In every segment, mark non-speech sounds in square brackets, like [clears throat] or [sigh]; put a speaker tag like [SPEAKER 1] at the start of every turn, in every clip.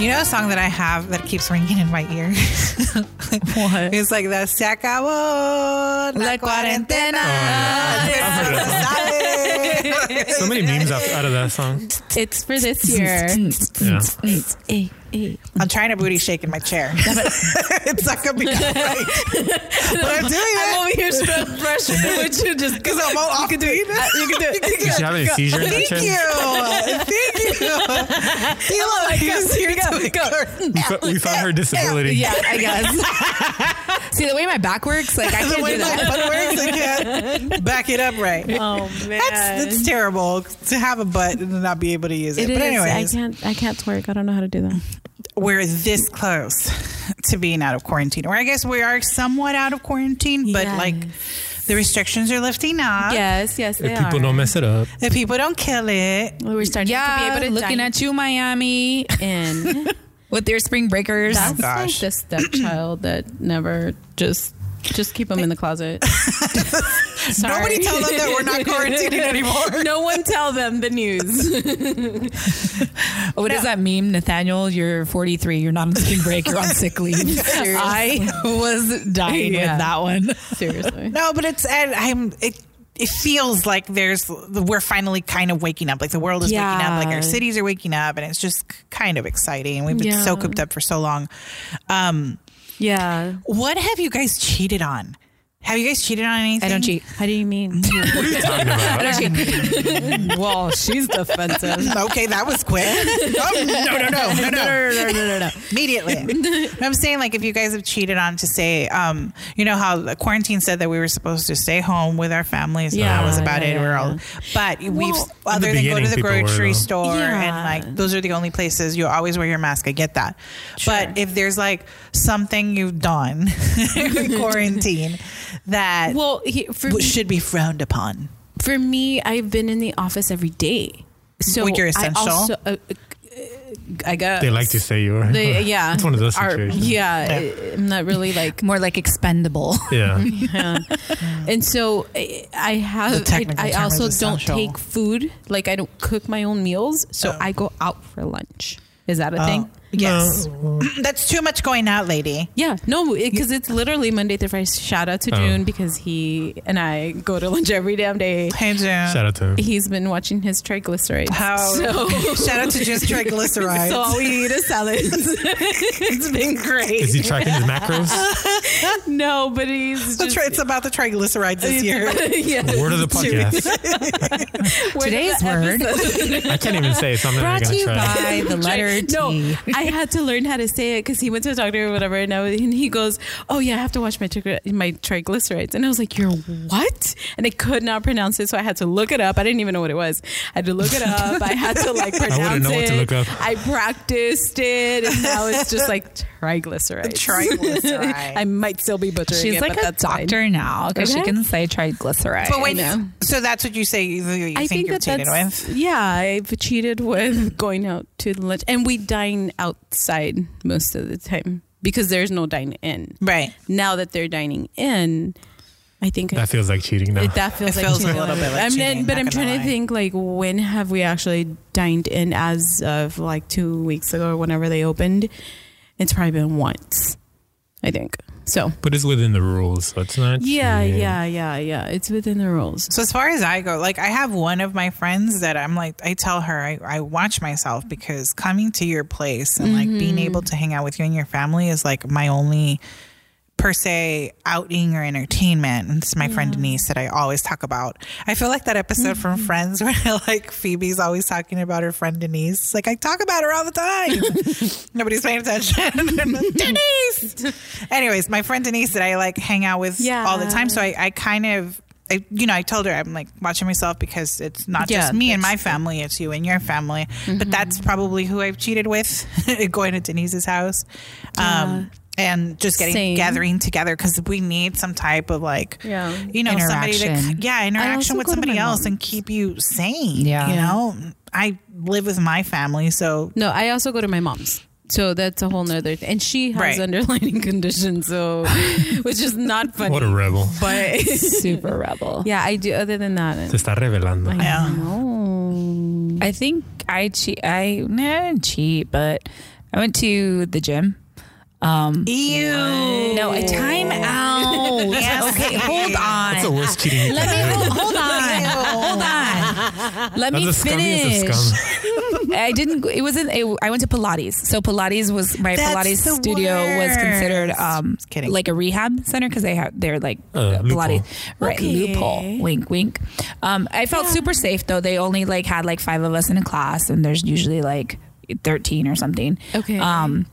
[SPEAKER 1] You know a song that I have that keeps ringing in my ear? [laughs]
[SPEAKER 2] What?
[SPEAKER 1] It's like the Se acabó la
[SPEAKER 2] La
[SPEAKER 1] cuarentena.
[SPEAKER 3] Oh, So many memes out, out of that song.
[SPEAKER 2] It's for this year. mm, Eh,
[SPEAKER 3] Yeah.
[SPEAKER 1] I'm trying to booty shake in my
[SPEAKER 2] [laughs]
[SPEAKER 1] chair. [laughs] it's not going to be done right. But I'm doing
[SPEAKER 2] I'm
[SPEAKER 1] it
[SPEAKER 2] over here spread [laughs] pressure, which you just
[SPEAKER 1] because I'm all off doing it.
[SPEAKER 2] you can do
[SPEAKER 1] [laughs]
[SPEAKER 2] it.
[SPEAKER 3] Is she having a seizure in that
[SPEAKER 1] Thank you.
[SPEAKER 3] chair?
[SPEAKER 1] Thank you.
[SPEAKER 2] [laughs]
[SPEAKER 1] Tila
[SPEAKER 2] my God.
[SPEAKER 1] is here to
[SPEAKER 2] Go, go.
[SPEAKER 1] encourage-
[SPEAKER 3] We, fo- we found her disability.
[SPEAKER 2] Yeah, I guess. [laughs] See the way my back works, like I
[SPEAKER 1] The
[SPEAKER 2] can't
[SPEAKER 1] way
[SPEAKER 2] do
[SPEAKER 1] my
[SPEAKER 2] that.
[SPEAKER 1] butt works, I
[SPEAKER 2] [laughs]
[SPEAKER 1] can't back it up right.
[SPEAKER 2] Oh man,
[SPEAKER 1] That's, that's terrible to have a butt and not be able to use it.
[SPEAKER 2] It
[SPEAKER 1] but
[SPEAKER 2] is.
[SPEAKER 1] anyways,
[SPEAKER 2] I can't. I can't twerk. I don't know how to do that.
[SPEAKER 1] we're this close [laughs] to being out of quarantine, or I guess we are somewhat out of quarantine, but
[SPEAKER 2] Yes.
[SPEAKER 1] like the restrictions are lifting up.
[SPEAKER 2] Yes, yes,
[SPEAKER 3] If people don't mess it up.
[SPEAKER 1] If people don't kill it,
[SPEAKER 2] We're starting
[SPEAKER 4] Yeah,
[SPEAKER 2] to be able to
[SPEAKER 4] looking
[SPEAKER 2] dine
[SPEAKER 4] at you, Miami,
[SPEAKER 2] in. [laughs]
[SPEAKER 4] with their spring breakers.
[SPEAKER 2] That's
[SPEAKER 1] gosh.
[SPEAKER 2] like the stepchild that never just just keep them in the [laughs] closet. Sorry.
[SPEAKER 1] nobody tell them that we're not
[SPEAKER 2] [laughs]
[SPEAKER 1] quarantining anymore.
[SPEAKER 2] no one tell them the news.
[SPEAKER 4] what is that meme, Nathaniel? You're 43. You're not on spring break. You're on sick [laughs] leave. I was dying
[SPEAKER 2] Yeah.
[SPEAKER 4] with that one.
[SPEAKER 2] [laughs] Seriously.
[SPEAKER 1] No, but it's and I'm it. It feels like there's we're finally kind of waking up. Like the world is waking up. Like
[SPEAKER 2] Yeah.
[SPEAKER 1] our cities are waking up, and it's just kind of exciting. We've been so
[SPEAKER 2] Yeah.
[SPEAKER 1] cooped up for so long. Um,
[SPEAKER 2] Yeah.
[SPEAKER 1] what have you guys cheated on? Have you guys cheated on anything?
[SPEAKER 4] I don't cheat.
[SPEAKER 2] How do you mean?
[SPEAKER 3] What are you talking about?
[SPEAKER 4] well, she's defensive.
[SPEAKER 1] Mm, okay, that was [laughs] quick. Oh, no, no, no, no, no. [laughs] immediately. And I'm saying like if you guys have cheated on to say, um, you know how the quarantine said that we were supposed to stay home with our families. Yeah, that
[SPEAKER 2] Yeah,
[SPEAKER 1] was about
[SPEAKER 2] yeah,
[SPEAKER 1] it.
[SPEAKER 2] yeah,
[SPEAKER 1] We're
[SPEAKER 2] yeah.
[SPEAKER 1] all, but we've
[SPEAKER 2] Well-
[SPEAKER 1] other than go to
[SPEAKER 3] beginning,
[SPEAKER 1] the
[SPEAKER 3] people were, uh,
[SPEAKER 1] grocery
[SPEAKER 3] though.
[SPEAKER 1] store
[SPEAKER 2] Yeah.
[SPEAKER 1] and like those are the only places you always wear your mask. I get that,
[SPEAKER 2] Sure.
[SPEAKER 1] but if there's like something you've done [laughs] in quarantine that
[SPEAKER 2] Well, he, for
[SPEAKER 1] should be frowned upon.
[SPEAKER 2] for me, I've been in the office every day. So
[SPEAKER 1] Well, you're essential.
[SPEAKER 2] I, also, uh, uh, I guess
[SPEAKER 3] They like to say you are.
[SPEAKER 2] They- yeah,
[SPEAKER 3] [laughs] It's one of those
[SPEAKER 2] Are-
[SPEAKER 3] situations.
[SPEAKER 2] yeah, I'm not really like.
[SPEAKER 4] More [laughs] like expendable.
[SPEAKER 3] Yeah.
[SPEAKER 2] Yeah. and so I I
[SPEAKER 1] The
[SPEAKER 2] have. I,
[SPEAKER 1] technical
[SPEAKER 2] I
[SPEAKER 1] term
[SPEAKER 2] also
[SPEAKER 1] is
[SPEAKER 2] don't
[SPEAKER 1] essential.
[SPEAKER 2] take food. Like I don't cook my own meals, so
[SPEAKER 1] Oh.
[SPEAKER 2] I go out for lunch. Is that a
[SPEAKER 1] Oh,
[SPEAKER 2] thing?
[SPEAKER 1] yes, [clears throat] that's too much going out, lady.
[SPEAKER 2] Yeah, no, because it's literally Monday through Friday. Shout out to
[SPEAKER 3] Oh.
[SPEAKER 2] June because he and I go to lunch every damn day.
[SPEAKER 1] Hey, June.
[SPEAKER 3] Shout out to him.
[SPEAKER 2] He's been watching his triglycerides.
[SPEAKER 1] How?
[SPEAKER 2] So,
[SPEAKER 1] [laughs] Shout out to just triglycerides.
[SPEAKER 2] so all we eat is salads.
[SPEAKER 1] [laughs]
[SPEAKER 2] it's been great.
[SPEAKER 3] Is he tracking his macros?
[SPEAKER 2] no, but he's
[SPEAKER 1] The
[SPEAKER 2] just.
[SPEAKER 1] tri- it's about the triglycerides this
[SPEAKER 2] [laughs]
[SPEAKER 1] year.
[SPEAKER 2] yeah.
[SPEAKER 3] Word of the podcast.
[SPEAKER 2] Where did
[SPEAKER 4] Today's
[SPEAKER 2] that
[SPEAKER 4] word
[SPEAKER 2] [laughs]
[SPEAKER 3] I can't even say it, so I'm not
[SPEAKER 4] brought to
[SPEAKER 3] even
[SPEAKER 4] you
[SPEAKER 3] going to try.
[SPEAKER 4] [laughs] by the letter T.
[SPEAKER 2] No, I had to learn how to say it because he went to a doctor or whatever, and, I was, and he goes, "Oh yeah, I have to watch my trigly- my triglycerides," and I was like, "You're what?" And I could not pronounce it, so I had to look it up. I didn't even know what it was. I had to look it up. I had to
[SPEAKER 3] [laughs]
[SPEAKER 2] like pronounce
[SPEAKER 3] wouldn't know what
[SPEAKER 2] it.
[SPEAKER 3] to look up.
[SPEAKER 2] I practiced it, and now it's just like triglycerides.
[SPEAKER 1] [laughs] Triglycerides.
[SPEAKER 2] [laughs] I might still be butchering
[SPEAKER 4] She's
[SPEAKER 2] it,
[SPEAKER 4] like
[SPEAKER 2] but
[SPEAKER 4] a
[SPEAKER 2] that's fine.
[SPEAKER 4] doctor now because she
[SPEAKER 2] Okay.
[SPEAKER 4] can say triglycerides.
[SPEAKER 1] but wait,
[SPEAKER 2] know.
[SPEAKER 1] so that's what you say you, you
[SPEAKER 2] I
[SPEAKER 1] think,
[SPEAKER 2] think
[SPEAKER 1] you're
[SPEAKER 2] that
[SPEAKER 1] cheated
[SPEAKER 2] that's
[SPEAKER 1] with?
[SPEAKER 2] [laughs] yeah. I've cheated with [laughs] going out to lunch, and we dine outside most of the time because there's no dine in.
[SPEAKER 1] Right.
[SPEAKER 2] Now that they're dining in, I think
[SPEAKER 3] That feels like cheating now.
[SPEAKER 2] it, that feels
[SPEAKER 1] It
[SPEAKER 2] like
[SPEAKER 1] feels a
[SPEAKER 2] cheating.
[SPEAKER 1] little bit like
[SPEAKER 2] I'm
[SPEAKER 1] cheating,
[SPEAKER 2] but
[SPEAKER 1] not
[SPEAKER 2] I'm
[SPEAKER 1] gonna
[SPEAKER 2] trying
[SPEAKER 1] lie.
[SPEAKER 2] to think like when have we actually dined in as of like two weeks ago or whenever they opened? It's probably been once, I think. So
[SPEAKER 3] But it's within the rules, so it's not.
[SPEAKER 2] yeah,
[SPEAKER 3] cheating.
[SPEAKER 2] yeah, yeah, yeah. It's within the rules.
[SPEAKER 1] So as far as I go, like I have one of my friends that I'm like, I tell her I, I watch myself because coming to your place and like being able to hang out with you and your family is like my only per se outing or entertainment. And it's my friend Denise that I always talk about. I feel like that episode from Friends [laughs] where like Phoebe's always talking about her friend Denise. It's Like I talk about her all the time. Nobody's paying attention. [laughs] Denise. Anyways, my friend Denise that I like hang out with
[SPEAKER 2] Yeah.
[SPEAKER 1] all the time. So I, I kind of I, you know, I told her I'm like watching myself because it's not
[SPEAKER 2] Yeah, Mm-hmm.
[SPEAKER 1] just me and my
[SPEAKER 2] that's-
[SPEAKER 1] family, it's you and your family. But that's probably who I've cheated with [laughs] going to Denise's house. Um, and just getting
[SPEAKER 2] Same.
[SPEAKER 1] gathering together because we need some type of like,
[SPEAKER 2] Yeah.
[SPEAKER 1] you know, somebody to,
[SPEAKER 4] Interaction.
[SPEAKER 1] yeah, interaction
[SPEAKER 2] also
[SPEAKER 1] with
[SPEAKER 2] go to
[SPEAKER 1] somebody
[SPEAKER 2] my
[SPEAKER 1] else
[SPEAKER 2] mom's.
[SPEAKER 1] and keep you sane.
[SPEAKER 4] Yeah.
[SPEAKER 1] You know, I live with my family, so
[SPEAKER 2] No, I also go to my mom's. So that's a whole nother thing. And she has
[SPEAKER 1] Right.
[SPEAKER 2] underlying [laughs] conditions, so which is not funny.
[SPEAKER 3] What a rebel.
[SPEAKER 2] but
[SPEAKER 4] [laughs] super rebel.
[SPEAKER 2] yeah, I do other than
[SPEAKER 3] Se
[SPEAKER 2] that.
[SPEAKER 3] está revelando.
[SPEAKER 2] I
[SPEAKER 1] Yeah.
[SPEAKER 2] know.
[SPEAKER 4] I think I cheat. I nah, cheat, but I went to the gym. Um,
[SPEAKER 1] Ew.
[SPEAKER 4] no, a time [laughs] out. Okay, hold on.
[SPEAKER 3] That's the worst cheating. you
[SPEAKER 4] Let
[SPEAKER 3] can
[SPEAKER 4] me
[SPEAKER 3] do.
[SPEAKER 4] hold, hold on. Hold on. Let me
[SPEAKER 3] That's the scummiest
[SPEAKER 4] finish.
[SPEAKER 3] of scum.
[SPEAKER 4] I didn't. It wasn't. It, I went to Pilates. So Pilates was my
[SPEAKER 1] That's the
[SPEAKER 4] Pilates studio was considered um
[SPEAKER 1] Just kidding.
[SPEAKER 4] like a rehab center because they have they're like
[SPEAKER 3] Uh,
[SPEAKER 4] Pilates
[SPEAKER 3] loophole.
[SPEAKER 4] right
[SPEAKER 2] Okay.
[SPEAKER 4] loophole wink wink. Um, I felt super safe though. They only like had like five of us in a class, and there's usually like thirteen or something.
[SPEAKER 2] Okay.
[SPEAKER 4] Um,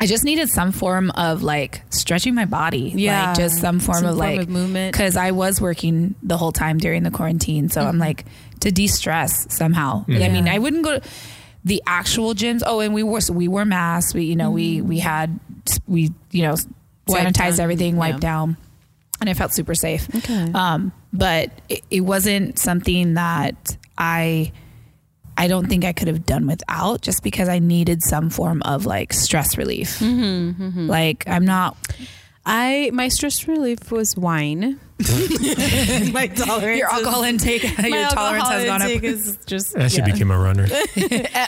[SPEAKER 4] I just needed some form of like stretching my body.
[SPEAKER 2] Yeah.
[SPEAKER 4] Like just some form
[SPEAKER 2] Some
[SPEAKER 4] of
[SPEAKER 2] form
[SPEAKER 4] like
[SPEAKER 2] of movement.
[SPEAKER 4] Because I was working the whole time during the quarantine. So
[SPEAKER 2] Mm-hmm.
[SPEAKER 4] I'm like to de stress somehow. I mean, I wouldn't go to the actual gyms. Oh, and we wore we wore masks. We you know, we we had we, you know,
[SPEAKER 2] Wiped
[SPEAKER 4] sanitized
[SPEAKER 2] Mm-hmm. down.
[SPEAKER 4] everything,
[SPEAKER 2] Yeah.
[SPEAKER 4] wiped down. And I felt super safe.
[SPEAKER 2] Okay.
[SPEAKER 4] Um, but it, it wasn't something that I I don't think I could have done without just because I needed some form of like stress relief.
[SPEAKER 2] Mm-hmm,
[SPEAKER 4] Like I'm not
[SPEAKER 2] I my stress relief was wine.
[SPEAKER 1] my tolerance.
[SPEAKER 4] your
[SPEAKER 2] [laughs]
[SPEAKER 4] alcohol intake, your tolerance has gone up.
[SPEAKER 2] Is [laughs] just
[SPEAKER 3] I should become a runner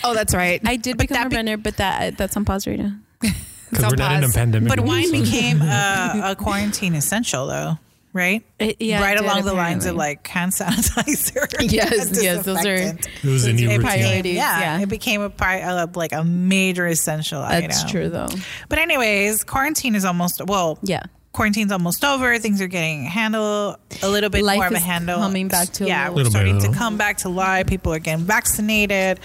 [SPEAKER 4] oh, that's right.
[SPEAKER 2] I did become a runner, but that that's on pause right now.
[SPEAKER 3] because we're not in a
[SPEAKER 4] pause.
[SPEAKER 1] [laughs]
[SPEAKER 3] pandemic.
[SPEAKER 1] But
[SPEAKER 3] anymore,
[SPEAKER 1] wine
[SPEAKER 3] so-
[SPEAKER 1] became a, a quarantine essential, though, right?
[SPEAKER 2] It- yeah,
[SPEAKER 1] right
[SPEAKER 2] it did,
[SPEAKER 1] along the lines of
[SPEAKER 2] apparently.
[SPEAKER 1] like hand [laughs] sanitizer. [laughs]
[SPEAKER 2] [laughs] Yes, yes, those are-
[SPEAKER 1] disinfectant.
[SPEAKER 3] It was a new
[SPEAKER 2] Hey,
[SPEAKER 3] routine.
[SPEAKER 2] priority.
[SPEAKER 1] Yeah,
[SPEAKER 2] Priorities, yeah.
[SPEAKER 1] it became a part of like a major essential
[SPEAKER 2] That's
[SPEAKER 1] item.
[SPEAKER 2] true though.
[SPEAKER 1] But anyways, quarantine is almost well.
[SPEAKER 2] Yeah.
[SPEAKER 1] Quarantine's almost over. Things are getting handle a little bit
[SPEAKER 2] Life
[SPEAKER 1] more of a
[SPEAKER 2] is
[SPEAKER 1] handle.
[SPEAKER 2] coming back to a
[SPEAKER 1] yeah, we're
[SPEAKER 2] little-
[SPEAKER 3] Little by
[SPEAKER 1] starting to
[SPEAKER 3] little.
[SPEAKER 1] come back to life. People are getting vaccinated.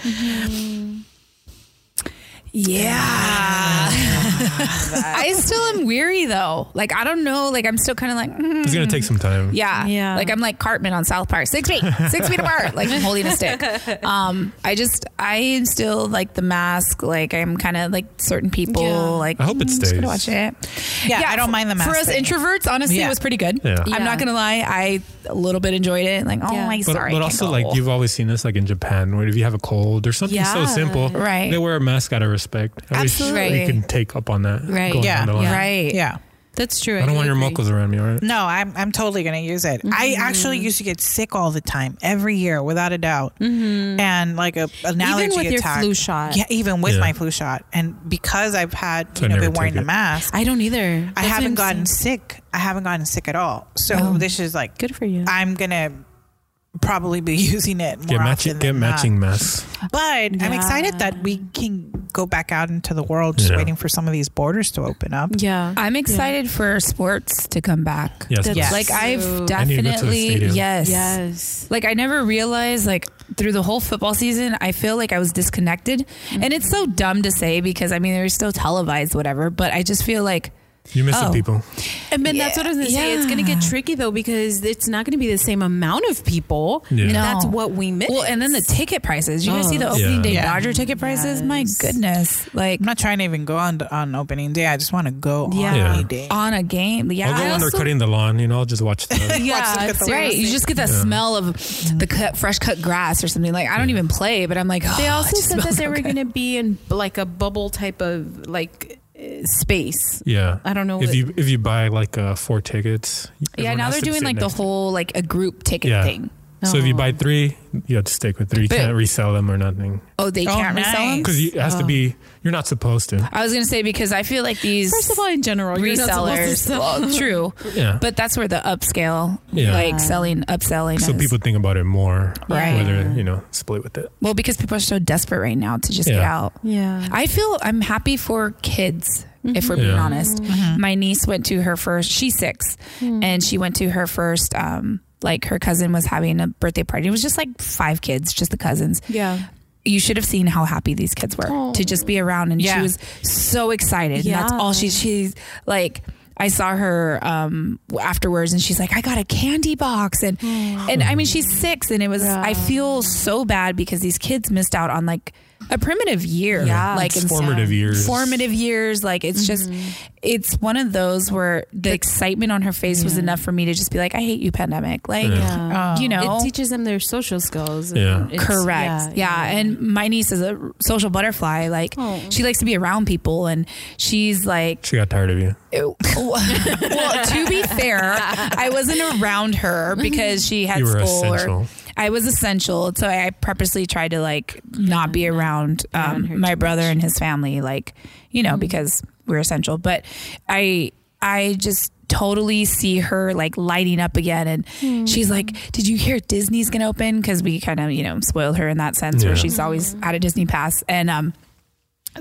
[SPEAKER 4] Yeah. [laughs] I still am weary though. Like I don't know. Like I'm still kind of like
[SPEAKER 3] [laughs]
[SPEAKER 4] mm,
[SPEAKER 3] It's gonna take some time.
[SPEAKER 4] yeah.
[SPEAKER 2] Yeah.
[SPEAKER 4] Like I'm like Cartman on South Park, six feet, six feet apart. Like I'm holding
[SPEAKER 1] [laughs]
[SPEAKER 4] a stick. Um, I just I am still like the mask. Like I'm kind of like certain people.
[SPEAKER 2] Yeah.
[SPEAKER 4] Like
[SPEAKER 3] I hope it
[SPEAKER 4] mm, just gonna
[SPEAKER 3] stays.
[SPEAKER 4] watch it.
[SPEAKER 1] Yeah, I don't
[SPEAKER 4] for-
[SPEAKER 1] mind the mask
[SPEAKER 4] For us
[SPEAKER 1] thing.
[SPEAKER 4] introverts, honestly,
[SPEAKER 1] Yeah.
[SPEAKER 4] it was pretty good.
[SPEAKER 3] Yeah.
[SPEAKER 4] I'm
[SPEAKER 2] Yeah.
[SPEAKER 4] not gonna lie. I a little bit enjoyed it. Like oh
[SPEAKER 2] Yeah.
[SPEAKER 4] my,
[SPEAKER 3] But,
[SPEAKER 4] sorry. I
[SPEAKER 3] but
[SPEAKER 4] can't
[SPEAKER 3] also
[SPEAKER 4] go.
[SPEAKER 3] like you've always seen this like in Japan where if you have a cold or something so
[SPEAKER 2] Yeah.
[SPEAKER 3] simple,
[SPEAKER 4] Right.
[SPEAKER 3] They wear a mask out of respect. I wish
[SPEAKER 4] Absolutely.
[SPEAKER 3] we can take up on that.
[SPEAKER 2] Right.
[SPEAKER 3] going
[SPEAKER 1] Yeah.
[SPEAKER 3] down the line.
[SPEAKER 4] right.
[SPEAKER 1] Yeah.
[SPEAKER 2] That's true.
[SPEAKER 3] I don't want your
[SPEAKER 2] agree.
[SPEAKER 3] muckles around me, all right?
[SPEAKER 1] No, I'm I'm totally gonna use it. I
[SPEAKER 2] Mm-hmm.
[SPEAKER 1] actually used to get sick all the time, every year, without a doubt. And like a an allergy
[SPEAKER 2] Mm-hmm. Even with your
[SPEAKER 1] attack.
[SPEAKER 2] flu shot.
[SPEAKER 1] Yeah, even with
[SPEAKER 3] Yeah.
[SPEAKER 1] my flu shot, and because I've had
[SPEAKER 3] So
[SPEAKER 1] you
[SPEAKER 3] I
[SPEAKER 1] know
[SPEAKER 3] never
[SPEAKER 1] been wearing
[SPEAKER 3] take
[SPEAKER 1] the
[SPEAKER 3] it.
[SPEAKER 1] mask,
[SPEAKER 2] I don't either.
[SPEAKER 1] I
[SPEAKER 2] That's what
[SPEAKER 1] haven't
[SPEAKER 2] I'm
[SPEAKER 1] gotten
[SPEAKER 2] saying.
[SPEAKER 1] sick. I haven't gotten sick at all. So this is like
[SPEAKER 2] Good for you.
[SPEAKER 1] I'm gonna probably be [laughs] using it more
[SPEAKER 3] Get
[SPEAKER 1] often
[SPEAKER 3] matching get
[SPEAKER 1] than not.
[SPEAKER 3] matching masks.
[SPEAKER 1] But I'm excited
[SPEAKER 2] Yeah.
[SPEAKER 1] that we can go back out into the world, just
[SPEAKER 3] Yeah.
[SPEAKER 1] waiting for some of these borders to open up.
[SPEAKER 2] yeah.
[SPEAKER 4] I'm excited for sports to come back.
[SPEAKER 3] Yes.
[SPEAKER 2] That's-
[SPEAKER 3] please.
[SPEAKER 1] Yes.
[SPEAKER 4] Like I've
[SPEAKER 2] So-
[SPEAKER 3] I need to go to the
[SPEAKER 4] definitely
[SPEAKER 3] stadium.
[SPEAKER 4] yes.
[SPEAKER 2] Yes.
[SPEAKER 4] Like I never realized like through the whole football season I feel like I was disconnected.
[SPEAKER 2] Mm-hmm.
[SPEAKER 4] And it's so dumb to say because I mean they were still televised whatever, but I just feel like
[SPEAKER 3] You miss
[SPEAKER 4] Oh.
[SPEAKER 3] the people.
[SPEAKER 2] And then that's what I was gonna say. It's gonna get tricky though because it's not gonna be the same amount of people.
[SPEAKER 3] Yeah.
[SPEAKER 2] And
[SPEAKER 3] No.
[SPEAKER 2] that's what we miss.
[SPEAKER 4] well, and then the ticket prices. You guys see the
[SPEAKER 2] Oh.
[SPEAKER 4] opening
[SPEAKER 3] Yeah.
[SPEAKER 4] day
[SPEAKER 1] Yeah.
[SPEAKER 4] Dodger ticket prices? My
[SPEAKER 2] Yes.
[SPEAKER 4] goodness. Like
[SPEAKER 1] I'm not trying to even go on on opening day. I just want to go on
[SPEAKER 2] Yeah.
[SPEAKER 3] Yeah.
[SPEAKER 1] a day.
[SPEAKER 4] on a game. Yeah.
[SPEAKER 3] I'll go
[SPEAKER 4] I
[SPEAKER 3] when they're
[SPEAKER 4] also-
[SPEAKER 3] cutting the lawn, you know, I'll just watch
[SPEAKER 4] [laughs]
[SPEAKER 3] the
[SPEAKER 1] Watch
[SPEAKER 2] yeah,
[SPEAKER 1] them get the
[SPEAKER 4] Right, you just get that smell of the cut, fresh cut grass or something. Like I don't even play, but I'm like, oh,
[SPEAKER 2] [laughs] They
[SPEAKER 4] it
[SPEAKER 2] also
[SPEAKER 4] just
[SPEAKER 2] said that
[SPEAKER 4] smells
[SPEAKER 2] they
[SPEAKER 4] so
[SPEAKER 2] were
[SPEAKER 4] good.
[SPEAKER 2] going to be in like a bubble type of like uh, space.
[SPEAKER 3] Yeah.
[SPEAKER 2] I don't know
[SPEAKER 3] If
[SPEAKER 2] what-
[SPEAKER 3] you if you buy like uh, four tickets.
[SPEAKER 4] Yeah,
[SPEAKER 3] everyone
[SPEAKER 4] now
[SPEAKER 3] has
[SPEAKER 4] they're
[SPEAKER 3] to
[SPEAKER 4] doing
[SPEAKER 3] sit
[SPEAKER 4] like the
[SPEAKER 3] next to-
[SPEAKER 4] whole like a group ticket
[SPEAKER 3] Yeah.
[SPEAKER 4] thing.
[SPEAKER 3] So if you
[SPEAKER 2] Oh.
[SPEAKER 3] buy three, you have to stick with three. You
[SPEAKER 4] But-
[SPEAKER 3] can't resell them or nothing.
[SPEAKER 4] Oh, they
[SPEAKER 1] Oh,
[SPEAKER 4] can't resell them.
[SPEAKER 1] nice.
[SPEAKER 3] Because it
[SPEAKER 4] Oh.
[SPEAKER 3] has to be you're not supposed to.
[SPEAKER 4] I was gonna say because I feel like these
[SPEAKER 2] First of all, in general, you're not supposed to
[SPEAKER 4] resellers,
[SPEAKER 2] sell- [laughs]
[SPEAKER 4] well, true,
[SPEAKER 3] Yeah.
[SPEAKER 4] but that's where the upscale,
[SPEAKER 3] Yeah.
[SPEAKER 4] like selling, upselling.
[SPEAKER 3] so
[SPEAKER 4] is.
[SPEAKER 3] people think about it more.
[SPEAKER 4] Right.
[SPEAKER 3] Whether, you know, split with it.
[SPEAKER 4] well, because people are so desperate right now to just get
[SPEAKER 3] Yeah.
[SPEAKER 4] out.
[SPEAKER 2] yeah.
[SPEAKER 4] I feel I'm happy for kids. If we're being
[SPEAKER 3] Yeah.
[SPEAKER 4] honest,
[SPEAKER 1] Mm-hmm.
[SPEAKER 4] my niece went to her first. She's 6
[SPEAKER 2] Mm-hmm.
[SPEAKER 4] and she went to her first. Um, like her cousin was having a birthday party. It was just like five kids, just the cousins.
[SPEAKER 2] yeah.
[SPEAKER 4] you should have seen how happy these kids were
[SPEAKER 2] Oh.
[SPEAKER 4] to just be around and she
[SPEAKER 1] Yeah.
[SPEAKER 4] was so excited and that's
[SPEAKER 2] Yeah.
[SPEAKER 4] all she she's like I saw her um, afterwards, and she's like, "I got a candy box," and
[SPEAKER 2] Oh.
[SPEAKER 4] and I mean, she's six, and it was. I feel so bad because these kids missed out on like a primitive year,
[SPEAKER 2] Yeah. Mm-hmm.
[SPEAKER 4] like
[SPEAKER 3] It's
[SPEAKER 4] in
[SPEAKER 3] formative years.
[SPEAKER 4] formative years. Like it's just, it's one of those where the excitement on her face was enough for me to just be like, "I hate you, pandemic." Like,
[SPEAKER 2] Yeah.
[SPEAKER 4] you know,
[SPEAKER 2] Um, It teaches them their social skills.
[SPEAKER 3] Yeah.
[SPEAKER 2] It's-
[SPEAKER 4] Correct. Yeah, And my niece is a social butterfly. Like
[SPEAKER 2] Oh.
[SPEAKER 4] she likes to be around people and she's like,
[SPEAKER 3] She got tired of you.
[SPEAKER 4] well, to be fair, I wasn't around her because she had
[SPEAKER 3] You were
[SPEAKER 4] school.
[SPEAKER 3] essential.
[SPEAKER 4] Or, I was essential, so I purposely tried to like not be around um, my brother and his family, like you know, because we're essential. But I, I just totally see her like lighting up again, and she's like, "Did you hear Disney's gonna open?" Because we kind of you know spoiled her in that sense, where
[SPEAKER 3] Yeah.
[SPEAKER 4] she's always had a Disney pass, and um,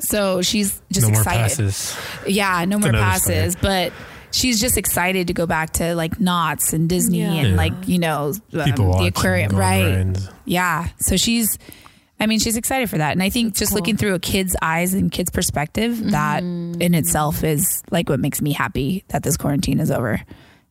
[SPEAKER 4] so she's just
[SPEAKER 3] no more
[SPEAKER 4] excited.
[SPEAKER 3] passes.
[SPEAKER 4] Yeah, no more
[SPEAKER 3] another
[SPEAKER 4] passes, but she's just excited to go back to like Knott's and Disney
[SPEAKER 2] Yeah.
[SPEAKER 4] and
[SPEAKER 3] Yeah.
[SPEAKER 4] like, you know, um,
[SPEAKER 3] People watch
[SPEAKER 4] the
[SPEAKER 3] and
[SPEAKER 4] aquarium,
[SPEAKER 3] go on
[SPEAKER 4] right?
[SPEAKER 3] rides.
[SPEAKER 4] Yeah. So she's I mean, she's excited for that. And I think just looking through a kid's eyes and kid's perspective, that in itself is like what makes me happy that this quarantine is over.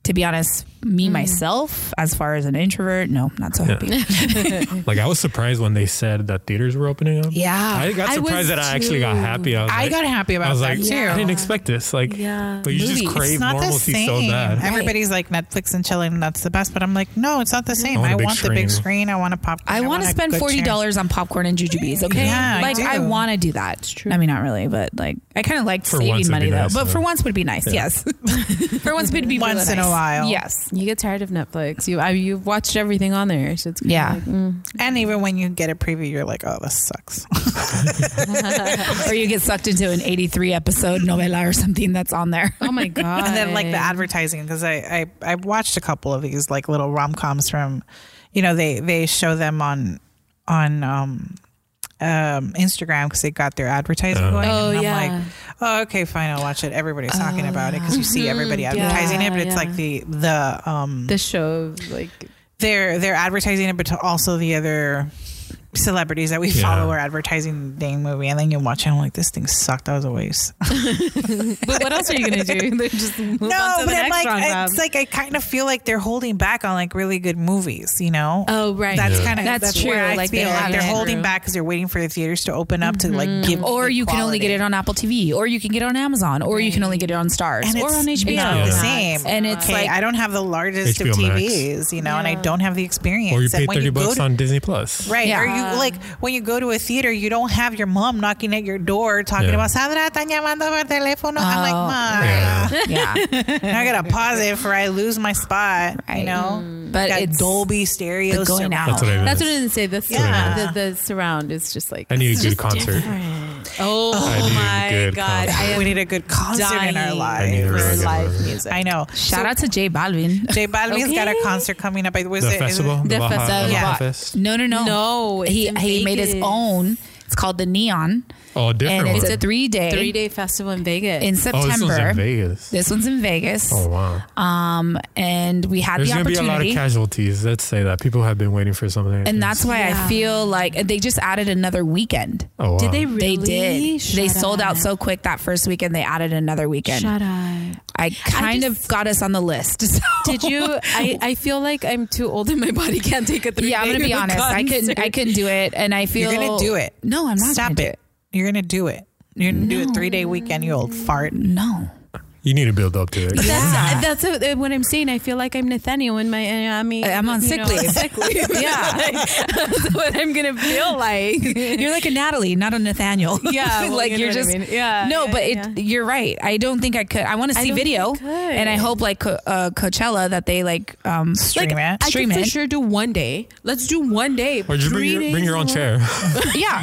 [SPEAKER 4] To be honest, me myself, as far as an introvert, no, not so happy. Yeah.
[SPEAKER 3] Like I was surprised when they said that theaters were opening up. I got
[SPEAKER 2] I
[SPEAKER 3] surprised
[SPEAKER 2] was
[SPEAKER 3] that I actually got
[SPEAKER 2] too.
[SPEAKER 3] happy. I, was
[SPEAKER 1] I
[SPEAKER 3] like-
[SPEAKER 1] got happy
[SPEAKER 3] I
[SPEAKER 1] about
[SPEAKER 3] was
[SPEAKER 1] that
[SPEAKER 3] like,
[SPEAKER 1] too.
[SPEAKER 3] I didn't expect this. Like,
[SPEAKER 2] Yeah.
[SPEAKER 3] but you
[SPEAKER 4] Movies.
[SPEAKER 3] just crave
[SPEAKER 1] it's not the
[SPEAKER 3] normalcy
[SPEAKER 1] same.
[SPEAKER 3] so bad.
[SPEAKER 1] Everybody's like Netflix and chilling. That's the best. But I'm like, no, it's not the same.
[SPEAKER 3] I want
[SPEAKER 1] I
[SPEAKER 3] a
[SPEAKER 1] want,
[SPEAKER 3] big
[SPEAKER 1] the big
[SPEAKER 3] screen.
[SPEAKER 1] screen. I want a popcorn.
[SPEAKER 4] I want to
[SPEAKER 1] a
[SPEAKER 4] spend
[SPEAKER 1] good
[SPEAKER 4] forty
[SPEAKER 1] chair.
[SPEAKER 4] dollars on popcorn and jujubes. Okay,
[SPEAKER 1] Yeah, I
[SPEAKER 4] like
[SPEAKER 1] do.
[SPEAKER 4] I, want to do that. I mean, not really, but like I kind of like
[SPEAKER 3] For once
[SPEAKER 4] saving
[SPEAKER 3] it'd
[SPEAKER 4] money
[SPEAKER 3] be
[SPEAKER 4] though.
[SPEAKER 3] nice,
[SPEAKER 4] but
[SPEAKER 3] though.
[SPEAKER 4] for once would be nice. Yes, [laughs] for once would be
[SPEAKER 1] Once
[SPEAKER 4] really
[SPEAKER 1] in a
[SPEAKER 4] nice.
[SPEAKER 1] while.
[SPEAKER 4] Yes,
[SPEAKER 2] You get tired of Netflix. You I, you've watched everything on there, so it's kinda
[SPEAKER 4] Yeah.
[SPEAKER 2] Like, mm.
[SPEAKER 1] And even when you get a preview, you're like, oh, this sucks. [laughs]
[SPEAKER 4] or you get sucked into an eighty-three episode novella or something that's
[SPEAKER 1] [laughs]
[SPEAKER 4] on there.
[SPEAKER 2] Oh [laughs] my god!
[SPEAKER 1] and then like the advertising because I, I I watched a couple of these like little rom coms from, you know they they show them on on um um Instagram because they got their advertising
[SPEAKER 3] Uh.
[SPEAKER 1] going.
[SPEAKER 2] Oh,
[SPEAKER 1] and I'm
[SPEAKER 2] yeah.
[SPEAKER 1] like, oh okay, fine, I'll watch it. Everybody's talking about it because you see everybody advertising it, but it's
[SPEAKER 2] yeah.
[SPEAKER 1] like the the um
[SPEAKER 2] the show, like
[SPEAKER 1] they're they're advertising it, but to also the other celebrities that we
[SPEAKER 3] Yeah.
[SPEAKER 1] follow are advertising the dang movie, and then you watch it. and I'm like, this thing sucked. That was a waste.
[SPEAKER 2] but what else are you gonna
[SPEAKER 4] [laughs]
[SPEAKER 2] do? They just move on to the next
[SPEAKER 1] like,
[SPEAKER 2] one, Bob.
[SPEAKER 1] it's like I kind of feel like they're holding back on like really good movies, you know.
[SPEAKER 2] oh right,
[SPEAKER 1] That's
[SPEAKER 3] Yeah.
[SPEAKER 1] kind of
[SPEAKER 4] That's
[SPEAKER 1] that's,
[SPEAKER 4] true,
[SPEAKER 1] Where I
[SPEAKER 4] like, they
[SPEAKER 1] feel like they're
[SPEAKER 4] haven't.
[SPEAKER 1] holding back because they're waiting for the theaters to open up to like give.
[SPEAKER 4] Mm-hmm. Or you can only get it on Apple TV, or you can get it on Amazon, or you can only get it on Stars
[SPEAKER 1] and
[SPEAKER 4] or
[SPEAKER 1] it's
[SPEAKER 4] on HBO.
[SPEAKER 1] not the
[SPEAKER 3] Yeah.
[SPEAKER 1] same.
[SPEAKER 4] And it's
[SPEAKER 1] okay,
[SPEAKER 4] like-
[SPEAKER 1] I don't have the largest of
[SPEAKER 3] HBO Max.
[SPEAKER 1] TVs, you know, and I
[SPEAKER 2] Yeah.
[SPEAKER 1] don't have the experience.
[SPEAKER 3] Or you
[SPEAKER 1] And
[SPEAKER 3] pay
[SPEAKER 1] when
[SPEAKER 3] thirty
[SPEAKER 1] go
[SPEAKER 3] bucks
[SPEAKER 1] to-
[SPEAKER 3] on Disney Plus.
[SPEAKER 1] Right.
[SPEAKER 4] Yeah.
[SPEAKER 1] Or you like when you go to a theater, you don't have your mom knocking at your door talking
[SPEAKER 3] Yeah.
[SPEAKER 1] about Sandra están llamando por teléfono. I'm like,
[SPEAKER 4] Oh,
[SPEAKER 1] ma,
[SPEAKER 3] Yeah.
[SPEAKER 4] [laughs] Yeah,
[SPEAKER 1] now I gotta pause it for I lose my spot. You
[SPEAKER 4] Right. Mm.
[SPEAKER 1] know,
[SPEAKER 4] but
[SPEAKER 1] got
[SPEAKER 4] it's
[SPEAKER 1] Dolby stereo
[SPEAKER 4] the going
[SPEAKER 1] surround.
[SPEAKER 4] out.
[SPEAKER 3] That's what I
[SPEAKER 2] That's
[SPEAKER 3] missed.
[SPEAKER 2] what I didn't say. The,
[SPEAKER 1] Yeah.
[SPEAKER 2] the, the surround is just like
[SPEAKER 3] I need
[SPEAKER 2] it's
[SPEAKER 3] a good
[SPEAKER 2] just
[SPEAKER 3] concert.
[SPEAKER 2] different. Oh,
[SPEAKER 3] I need a
[SPEAKER 2] my
[SPEAKER 3] good
[SPEAKER 2] god!
[SPEAKER 3] concert.
[SPEAKER 2] I am
[SPEAKER 1] We need a good concert in our
[SPEAKER 2] dying
[SPEAKER 1] lives.
[SPEAKER 3] I need a really
[SPEAKER 2] for
[SPEAKER 3] good
[SPEAKER 2] live
[SPEAKER 3] one.
[SPEAKER 2] music.
[SPEAKER 1] I know.
[SPEAKER 4] Shout out to
[SPEAKER 1] [laughs]
[SPEAKER 4] J Balvin.
[SPEAKER 1] J Balvin's got a
[SPEAKER 2] Okay.
[SPEAKER 1] concert coming up. Was
[SPEAKER 3] The
[SPEAKER 1] it- is
[SPEAKER 3] festival,
[SPEAKER 1] it-
[SPEAKER 2] The
[SPEAKER 3] Baja-
[SPEAKER 2] festival,
[SPEAKER 3] Baja
[SPEAKER 1] yeah.
[SPEAKER 3] Fest.
[SPEAKER 4] No, no, no,
[SPEAKER 2] No, it's
[SPEAKER 4] He
[SPEAKER 2] in
[SPEAKER 4] he made his
[SPEAKER 2] Vegas.
[SPEAKER 4] own. It's called the Neon,
[SPEAKER 3] Oh, a different
[SPEAKER 4] and
[SPEAKER 3] one.
[SPEAKER 4] it's a three day
[SPEAKER 2] three day festival in Vegas.
[SPEAKER 4] in
[SPEAKER 3] oh, this one's
[SPEAKER 4] September.
[SPEAKER 3] in Vegas.
[SPEAKER 4] This one's in Vegas.
[SPEAKER 3] Oh wow.
[SPEAKER 4] Um, and we had
[SPEAKER 3] There's
[SPEAKER 4] the
[SPEAKER 3] gonna be a lot of
[SPEAKER 4] opportunity.
[SPEAKER 3] casualties. Let's say that people have been waiting for something. like
[SPEAKER 4] and
[SPEAKER 3] this.
[SPEAKER 4] that's why
[SPEAKER 2] Yeah.
[SPEAKER 4] I feel like and they just added another weekend.
[SPEAKER 3] Oh, wow.
[SPEAKER 2] did they really?
[SPEAKER 4] They did.
[SPEAKER 2] Shut
[SPEAKER 4] they sold out
[SPEAKER 2] up.
[SPEAKER 4] so quick that first weekend. They added another weekend.
[SPEAKER 2] Shut up.
[SPEAKER 4] I kind
[SPEAKER 2] I
[SPEAKER 4] of got us on the list. [laughs] So.
[SPEAKER 2] Did you?
[SPEAKER 4] [laughs]
[SPEAKER 2] I, I feel like I'm too old and my body can't take a three.
[SPEAKER 4] Yeah, I'm gonna be honest. I couldn't. I couldn't do it, and I feel
[SPEAKER 1] You're gonna do it.
[SPEAKER 4] No, I'm not.
[SPEAKER 1] Stop
[SPEAKER 4] gonna do
[SPEAKER 1] it. You're gonna do it. You're gonna do a three day weekend. You old fart.
[SPEAKER 4] No.
[SPEAKER 3] you need to build up to it.
[SPEAKER 4] Yeah.
[SPEAKER 2] That's, that's uh, what I'm saying. I feel like I'm Nathaniel in my. uh, I mean,
[SPEAKER 4] I'm on
[SPEAKER 2] you
[SPEAKER 4] sick
[SPEAKER 2] know,
[SPEAKER 4] leave.
[SPEAKER 2] Sick [laughs] leave.
[SPEAKER 4] Yeah.
[SPEAKER 2] that's what I'm gonna feel like.
[SPEAKER 4] You're like a Natalie, not a Nathaniel.
[SPEAKER 2] [laughs] Yeah, well,
[SPEAKER 4] like
[SPEAKER 2] you know
[SPEAKER 4] you're
[SPEAKER 2] what I
[SPEAKER 4] just
[SPEAKER 2] mean. Yeah,
[SPEAKER 4] No,
[SPEAKER 2] yeah,
[SPEAKER 4] but it,
[SPEAKER 2] yeah.
[SPEAKER 4] you're right. I don't think I could. I want to
[SPEAKER 2] I
[SPEAKER 4] see
[SPEAKER 2] don't think
[SPEAKER 4] video,
[SPEAKER 2] I could.
[SPEAKER 4] and I hope like Co- uh, Coachella that they like um
[SPEAKER 1] Stream it.
[SPEAKER 4] I- Stream
[SPEAKER 2] I could
[SPEAKER 4] it.
[SPEAKER 2] for sure do one day. Let's do one day.
[SPEAKER 3] Or just bring
[SPEAKER 2] Three
[SPEAKER 3] your, bring
[SPEAKER 2] days
[SPEAKER 3] your own
[SPEAKER 2] in a row.
[SPEAKER 3] chair.
[SPEAKER 2] [laughs]
[SPEAKER 4] yeah.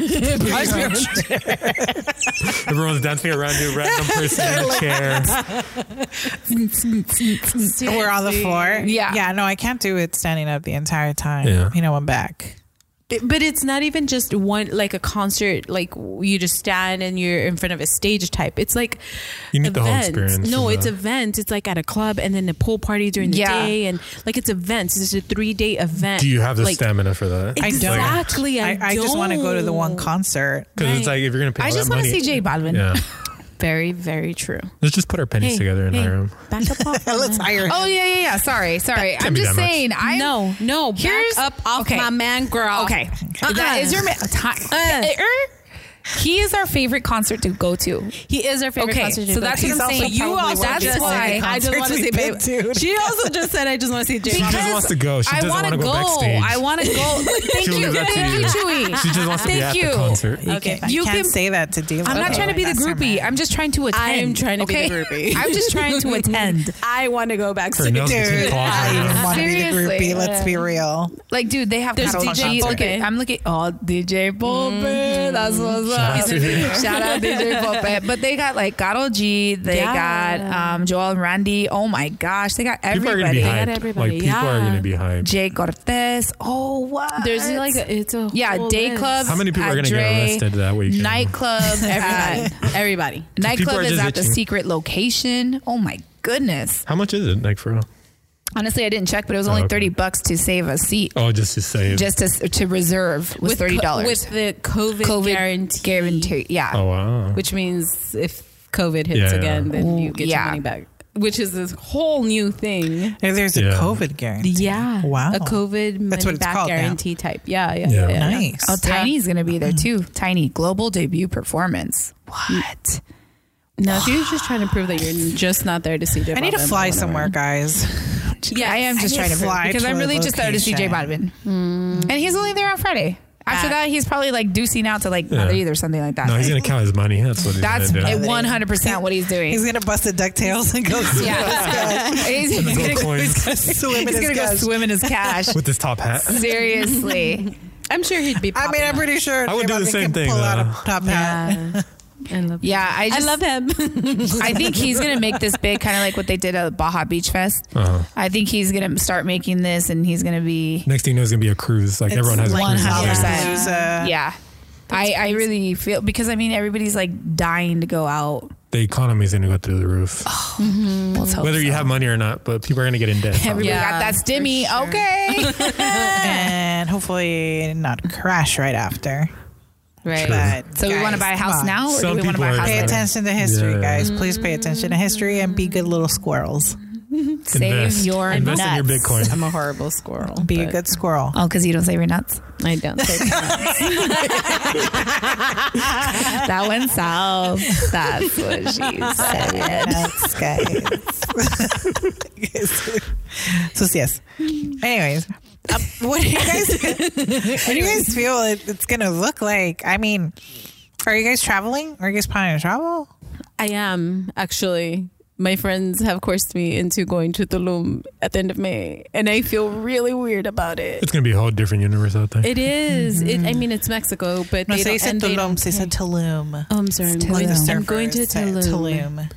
[SPEAKER 3] [laughs]
[SPEAKER 4] [laughs]
[SPEAKER 3] Everyone's dancing around you,
[SPEAKER 4] [laughs]
[SPEAKER 3] random person in a chair.
[SPEAKER 1] We're
[SPEAKER 4] [laughs]
[SPEAKER 1] on the floor.
[SPEAKER 4] Yeah.
[SPEAKER 1] Yeah. No, I can't do it standing up the entire time.
[SPEAKER 3] Yeah.
[SPEAKER 1] You know, I'm back.
[SPEAKER 2] But it's not even just one like a concert. Like you just stand and you're in front of a stage type. It's like
[SPEAKER 3] You need the whole
[SPEAKER 2] events.
[SPEAKER 3] experience. uh,
[SPEAKER 2] No,
[SPEAKER 3] of
[SPEAKER 2] it's
[SPEAKER 3] the-
[SPEAKER 2] events. It's like at a club and then a pool party during the
[SPEAKER 4] Yeah.
[SPEAKER 2] day and like it's events. It's a three day event.
[SPEAKER 3] Do you have the
[SPEAKER 2] like,
[SPEAKER 3] stamina for that?
[SPEAKER 1] I don't.
[SPEAKER 2] Exactly. I,
[SPEAKER 1] I, I just want to go to the one concert.
[SPEAKER 3] Because it's like if you're gonna pay
[SPEAKER 4] I
[SPEAKER 3] all
[SPEAKER 4] just
[SPEAKER 3] that
[SPEAKER 4] want to
[SPEAKER 3] money.
[SPEAKER 4] see Jay Baldwin.
[SPEAKER 3] Yeah.
[SPEAKER 2] Very, very true.
[SPEAKER 3] Let's just put our pennies together and
[SPEAKER 2] hey,
[SPEAKER 3] hire him.
[SPEAKER 2] Back
[SPEAKER 1] [laughs]
[SPEAKER 2] up off.
[SPEAKER 1] Let's hire.
[SPEAKER 4] Oh yeah, yeah, yeah. Sorry, sorry. I'm
[SPEAKER 3] be
[SPEAKER 4] just
[SPEAKER 3] that much.
[SPEAKER 4] saying. I
[SPEAKER 2] no, no. Back
[SPEAKER 4] Here's-
[SPEAKER 2] up off
[SPEAKER 4] okay.
[SPEAKER 2] my man, girl.
[SPEAKER 4] Okay,
[SPEAKER 2] Uh-uh.
[SPEAKER 4] that is your ma- time.
[SPEAKER 2] Uh.
[SPEAKER 4] Er. He is our favorite concert to go to.
[SPEAKER 2] He is our favorite
[SPEAKER 4] Okay,
[SPEAKER 2] concert.
[SPEAKER 4] so that's
[SPEAKER 2] He's
[SPEAKER 4] what I'm
[SPEAKER 2] also
[SPEAKER 4] saying.
[SPEAKER 1] You
[SPEAKER 2] probably
[SPEAKER 1] also
[SPEAKER 2] one of
[SPEAKER 4] just
[SPEAKER 2] the
[SPEAKER 4] why-
[SPEAKER 2] I just want to
[SPEAKER 1] concerts
[SPEAKER 2] say,
[SPEAKER 1] we've been
[SPEAKER 2] babe.
[SPEAKER 1] to.
[SPEAKER 2] She also just said, I just want to see Jay. [laughs]
[SPEAKER 3] just wants to go. She
[SPEAKER 4] I
[SPEAKER 3] doesn't
[SPEAKER 4] wanna
[SPEAKER 3] wanna go backstage.
[SPEAKER 4] I want to
[SPEAKER 3] [laughs]
[SPEAKER 4] go. Thank
[SPEAKER 3] leave
[SPEAKER 4] you,
[SPEAKER 3] that to
[SPEAKER 4] thank you,
[SPEAKER 3] you.
[SPEAKER 4] Chewy.
[SPEAKER 3] She just wants to be
[SPEAKER 4] Thank
[SPEAKER 3] at
[SPEAKER 4] you.
[SPEAKER 3] the concert.
[SPEAKER 2] Okay,
[SPEAKER 1] you
[SPEAKER 4] fine.
[SPEAKER 1] can't
[SPEAKER 4] can-
[SPEAKER 1] say that to Dila.
[SPEAKER 4] I'm not trying to be the
[SPEAKER 1] That's her
[SPEAKER 4] groupie.
[SPEAKER 1] man.
[SPEAKER 4] I'm just trying to attend.
[SPEAKER 2] I'm trying to be the [laughs] groupie.
[SPEAKER 4] [laughs] I'm just
[SPEAKER 3] [laughs]
[SPEAKER 4] trying to attend.
[SPEAKER 2] I want to go back [laughs]
[SPEAKER 3] Her
[SPEAKER 2] to
[SPEAKER 3] nose between the
[SPEAKER 1] Dude,
[SPEAKER 3] claws.
[SPEAKER 1] I
[SPEAKER 3] right
[SPEAKER 1] didn't
[SPEAKER 3] now.
[SPEAKER 1] want to be the
[SPEAKER 4] Seriously.
[SPEAKER 1] groupie. Let's be real.
[SPEAKER 4] Like, dude, they have
[SPEAKER 2] There's
[SPEAKER 4] concerts.
[SPEAKER 2] DJ
[SPEAKER 4] Look at-
[SPEAKER 2] Pope.
[SPEAKER 4] I'm looking. Oh, DJ Pope. That's what's
[SPEAKER 3] Mm-hmm. Shout out
[SPEAKER 4] up.
[SPEAKER 3] to him.
[SPEAKER 4] Shout
[SPEAKER 3] [laughs]
[SPEAKER 4] out DJ Pope. But they got like Karol G. They
[SPEAKER 2] Yeah.
[SPEAKER 4] got um, Joel and Randy. Oh my gosh, they got
[SPEAKER 3] People are gonna be
[SPEAKER 4] everybody.
[SPEAKER 2] high. got
[SPEAKER 3] hyped. Like
[SPEAKER 2] everybody,
[SPEAKER 3] people are
[SPEAKER 2] yeah.
[SPEAKER 3] gonna be hyped.
[SPEAKER 4] Jay Cortez. Oh, what?
[SPEAKER 2] There's like, a, it's a
[SPEAKER 4] yeah,
[SPEAKER 2] whole
[SPEAKER 4] day
[SPEAKER 2] list.
[SPEAKER 4] clubs.
[SPEAKER 3] How many people
[SPEAKER 4] at
[SPEAKER 3] are gonna
[SPEAKER 4] Dre,
[SPEAKER 3] get arrested that weekend? [laughs]
[SPEAKER 4] Nightclubs at
[SPEAKER 2] Everybody. Everybody.
[SPEAKER 4] nightclub
[SPEAKER 3] are
[SPEAKER 4] is
[SPEAKER 3] just
[SPEAKER 4] at the
[SPEAKER 3] itching.
[SPEAKER 4] secret location. Oh my goodness.
[SPEAKER 3] How much is it, like for real?
[SPEAKER 4] Honestly, I didn't check, but it was
[SPEAKER 3] Oh,
[SPEAKER 4] only
[SPEAKER 3] okay.
[SPEAKER 4] thirty bucks to save a seat.
[SPEAKER 3] Oh, just to say.
[SPEAKER 4] Just to, to reserve was
[SPEAKER 2] With co-
[SPEAKER 4] thirty dollars.
[SPEAKER 2] With the COVID,
[SPEAKER 4] COVID
[SPEAKER 2] guarantee.
[SPEAKER 4] guarantee. Yeah.
[SPEAKER 3] oh wow.
[SPEAKER 2] Which means if COVID hits
[SPEAKER 3] Yeah, yeah.
[SPEAKER 2] again, then you
[SPEAKER 4] Ooh,
[SPEAKER 2] get
[SPEAKER 4] yeah.
[SPEAKER 2] your money back. Which is this whole new thing.
[SPEAKER 1] Hey, There's a
[SPEAKER 3] Yeah.
[SPEAKER 1] COVID guarantee.
[SPEAKER 2] Yeah.
[SPEAKER 1] Wow.
[SPEAKER 2] A COVID money
[SPEAKER 1] That's what it's
[SPEAKER 2] back
[SPEAKER 1] called now.
[SPEAKER 2] guarantee type. Yeah, yeah.
[SPEAKER 3] Yeah.
[SPEAKER 2] yeah.
[SPEAKER 1] Nice.
[SPEAKER 4] Oh, Tiny's gonna be there too. Tiny global debut performance. What?
[SPEAKER 2] No, if you're just trying to prove that you're just not there to see J
[SPEAKER 1] I need to
[SPEAKER 2] Balvin,
[SPEAKER 1] fly
[SPEAKER 2] whatever.
[SPEAKER 1] somewhere, guys.
[SPEAKER 2] Yeah,
[SPEAKER 4] I am just
[SPEAKER 1] need
[SPEAKER 4] trying to
[SPEAKER 1] to
[SPEAKER 4] prove-
[SPEAKER 1] fly
[SPEAKER 4] because
[SPEAKER 1] to
[SPEAKER 4] I'm
[SPEAKER 1] a
[SPEAKER 4] really just there to see J Balvin, and he's only there on Friday. After
[SPEAKER 2] Back.
[SPEAKER 4] that, he's probably like deucing out to like
[SPEAKER 3] Yeah.
[SPEAKER 4] Madrid or something like that.
[SPEAKER 3] no, he's gonna count his money. That's what he's
[SPEAKER 4] That's
[SPEAKER 3] gonna do.
[SPEAKER 1] it-
[SPEAKER 4] one hundred percent what he's doing.
[SPEAKER 1] He's gonna bust the ducktails and
[SPEAKER 4] [laughs]
[SPEAKER 1] go. swim.
[SPEAKER 4] yeah, [laughs] he's, he's
[SPEAKER 3] Gold
[SPEAKER 4] gonna,
[SPEAKER 3] coins
[SPEAKER 4] [laughs]
[SPEAKER 1] swim in
[SPEAKER 4] he's
[SPEAKER 1] his
[SPEAKER 4] gonna go
[SPEAKER 1] guts.
[SPEAKER 4] swim in his cash.
[SPEAKER 3] with his top hat.
[SPEAKER 4] Seriously,
[SPEAKER 2] I'm sure he'd be.
[SPEAKER 1] [laughs] I mean, I'm pretty sure
[SPEAKER 3] I
[SPEAKER 1] J
[SPEAKER 3] would do the
[SPEAKER 1] Balvin
[SPEAKER 3] same
[SPEAKER 1] can
[SPEAKER 3] thing,
[SPEAKER 1] Pull out a
[SPEAKER 3] though.
[SPEAKER 1] top hat.
[SPEAKER 2] Yeah. [laughs] I love.
[SPEAKER 4] yeah. I
[SPEAKER 2] I
[SPEAKER 4] just
[SPEAKER 2] love him. [laughs]
[SPEAKER 4] I think he's gonna make this big, kind of like what they did at Baja Beach Fest.
[SPEAKER 3] Uh-huh.
[SPEAKER 4] I think he's gonna start making this, and he's gonna be
[SPEAKER 3] Next thing you know, it's gonna be a cruise. Like everyone has a
[SPEAKER 4] one
[SPEAKER 3] cruise.
[SPEAKER 4] hundred
[SPEAKER 3] nowadays.
[SPEAKER 4] percent.
[SPEAKER 1] Lollapalooza.
[SPEAKER 4] yeah. I, I really feel because I mean everybody's like dying to go out.
[SPEAKER 3] The economy's gonna go through the roof,
[SPEAKER 4] Let's hope
[SPEAKER 3] whether you
[SPEAKER 4] so.
[SPEAKER 3] have money or not. But people are gonna get in debt.
[SPEAKER 4] everybody
[SPEAKER 2] Yeah,
[SPEAKER 4] got that
[SPEAKER 2] for
[SPEAKER 4] stimmy,
[SPEAKER 2] sure.
[SPEAKER 4] [laughs] okay?
[SPEAKER 1] and hopefully not crash right after.
[SPEAKER 4] right.
[SPEAKER 1] But
[SPEAKER 4] So we want to
[SPEAKER 1] guys,
[SPEAKER 4] buy a
[SPEAKER 1] come
[SPEAKER 4] house
[SPEAKER 1] on.
[SPEAKER 4] now, or
[SPEAKER 3] Some
[SPEAKER 4] do we want
[SPEAKER 3] people
[SPEAKER 4] to buy a
[SPEAKER 3] are
[SPEAKER 4] house
[SPEAKER 1] Pay
[SPEAKER 3] Yeah.
[SPEAKER 4] later?
[SPEAKER 1] attention to history,
[SPEAKER 3] Yeah.
[SPEAKER 1] guys. Please pay attention to history and be good little squirrels.
[SPEAKER 4] Save
[SPEAKER 3] Invest.
[SPEAKER 4] your
[SPEAKER 3] Invest
[SPEAKER 4] nuts.
[SPEAKER 3] in your Bitcoin.
[SPEAKER 2] I'm a horrible squirrel.
[SPEAKER 1] Be a
[SPEAKER 2] but
[SPEAKER 1] good squirrel.
[SPEAKER 2] [laughs]
[SPEAKER 4] Oh, because you don't save your [laughs] nuts.
[SPEAKER 2] I don't. Say
[SPEAKER 1] [laughs]
[SPEAKER 4] That [laughs] one solved. That's
[SPEAKER 1] [laughs]
[SPEAKER 4] what she said.
[SPEAKER 1] Nuts, guys. [laughs] so yes. Anyways, uh, what do you guys? [laughs] what do you guys feel it, it's gonna look like? I mean, are you guys traveling? Are you guys planning to travel?
[SPEAKER 2] I am actually. My friends have coerced me into going to Tulum at the end of May, and I feel really weird about it.
[SPEAKER 3] It's gonna be a whole different universe out there.
[SPEAKER 2] It is. It, I mean, it's Mexico, but
[SPEAKER 1] Mm-hmm. No,
[SPEAKER 2] they
[SPEAKER 1] they
[SPEAKER 2] don't,
[SPEAKER 1] said
[SPEAKER 2] and they
[SPEAKER 1] Tulum.
[SPEAKER 2] don't
[SPEAKER 1] They said
[SPEAKER 2] pay.
[SPEAKER 1] Tulum.
[SPEAKER 2] Oh, I'm sorry. I'm
[SPEAKER 1] Like
[SPEAKER 2] going,
[SPEAKER 1] the
[SPEAKER 2] I'm
[SPEAKER 1] surfers
[SPEAKER 2] going to
[SPEAKER 1] say
[SPEAKER 2] Tulum.
[SPEAKER 1] Tulum.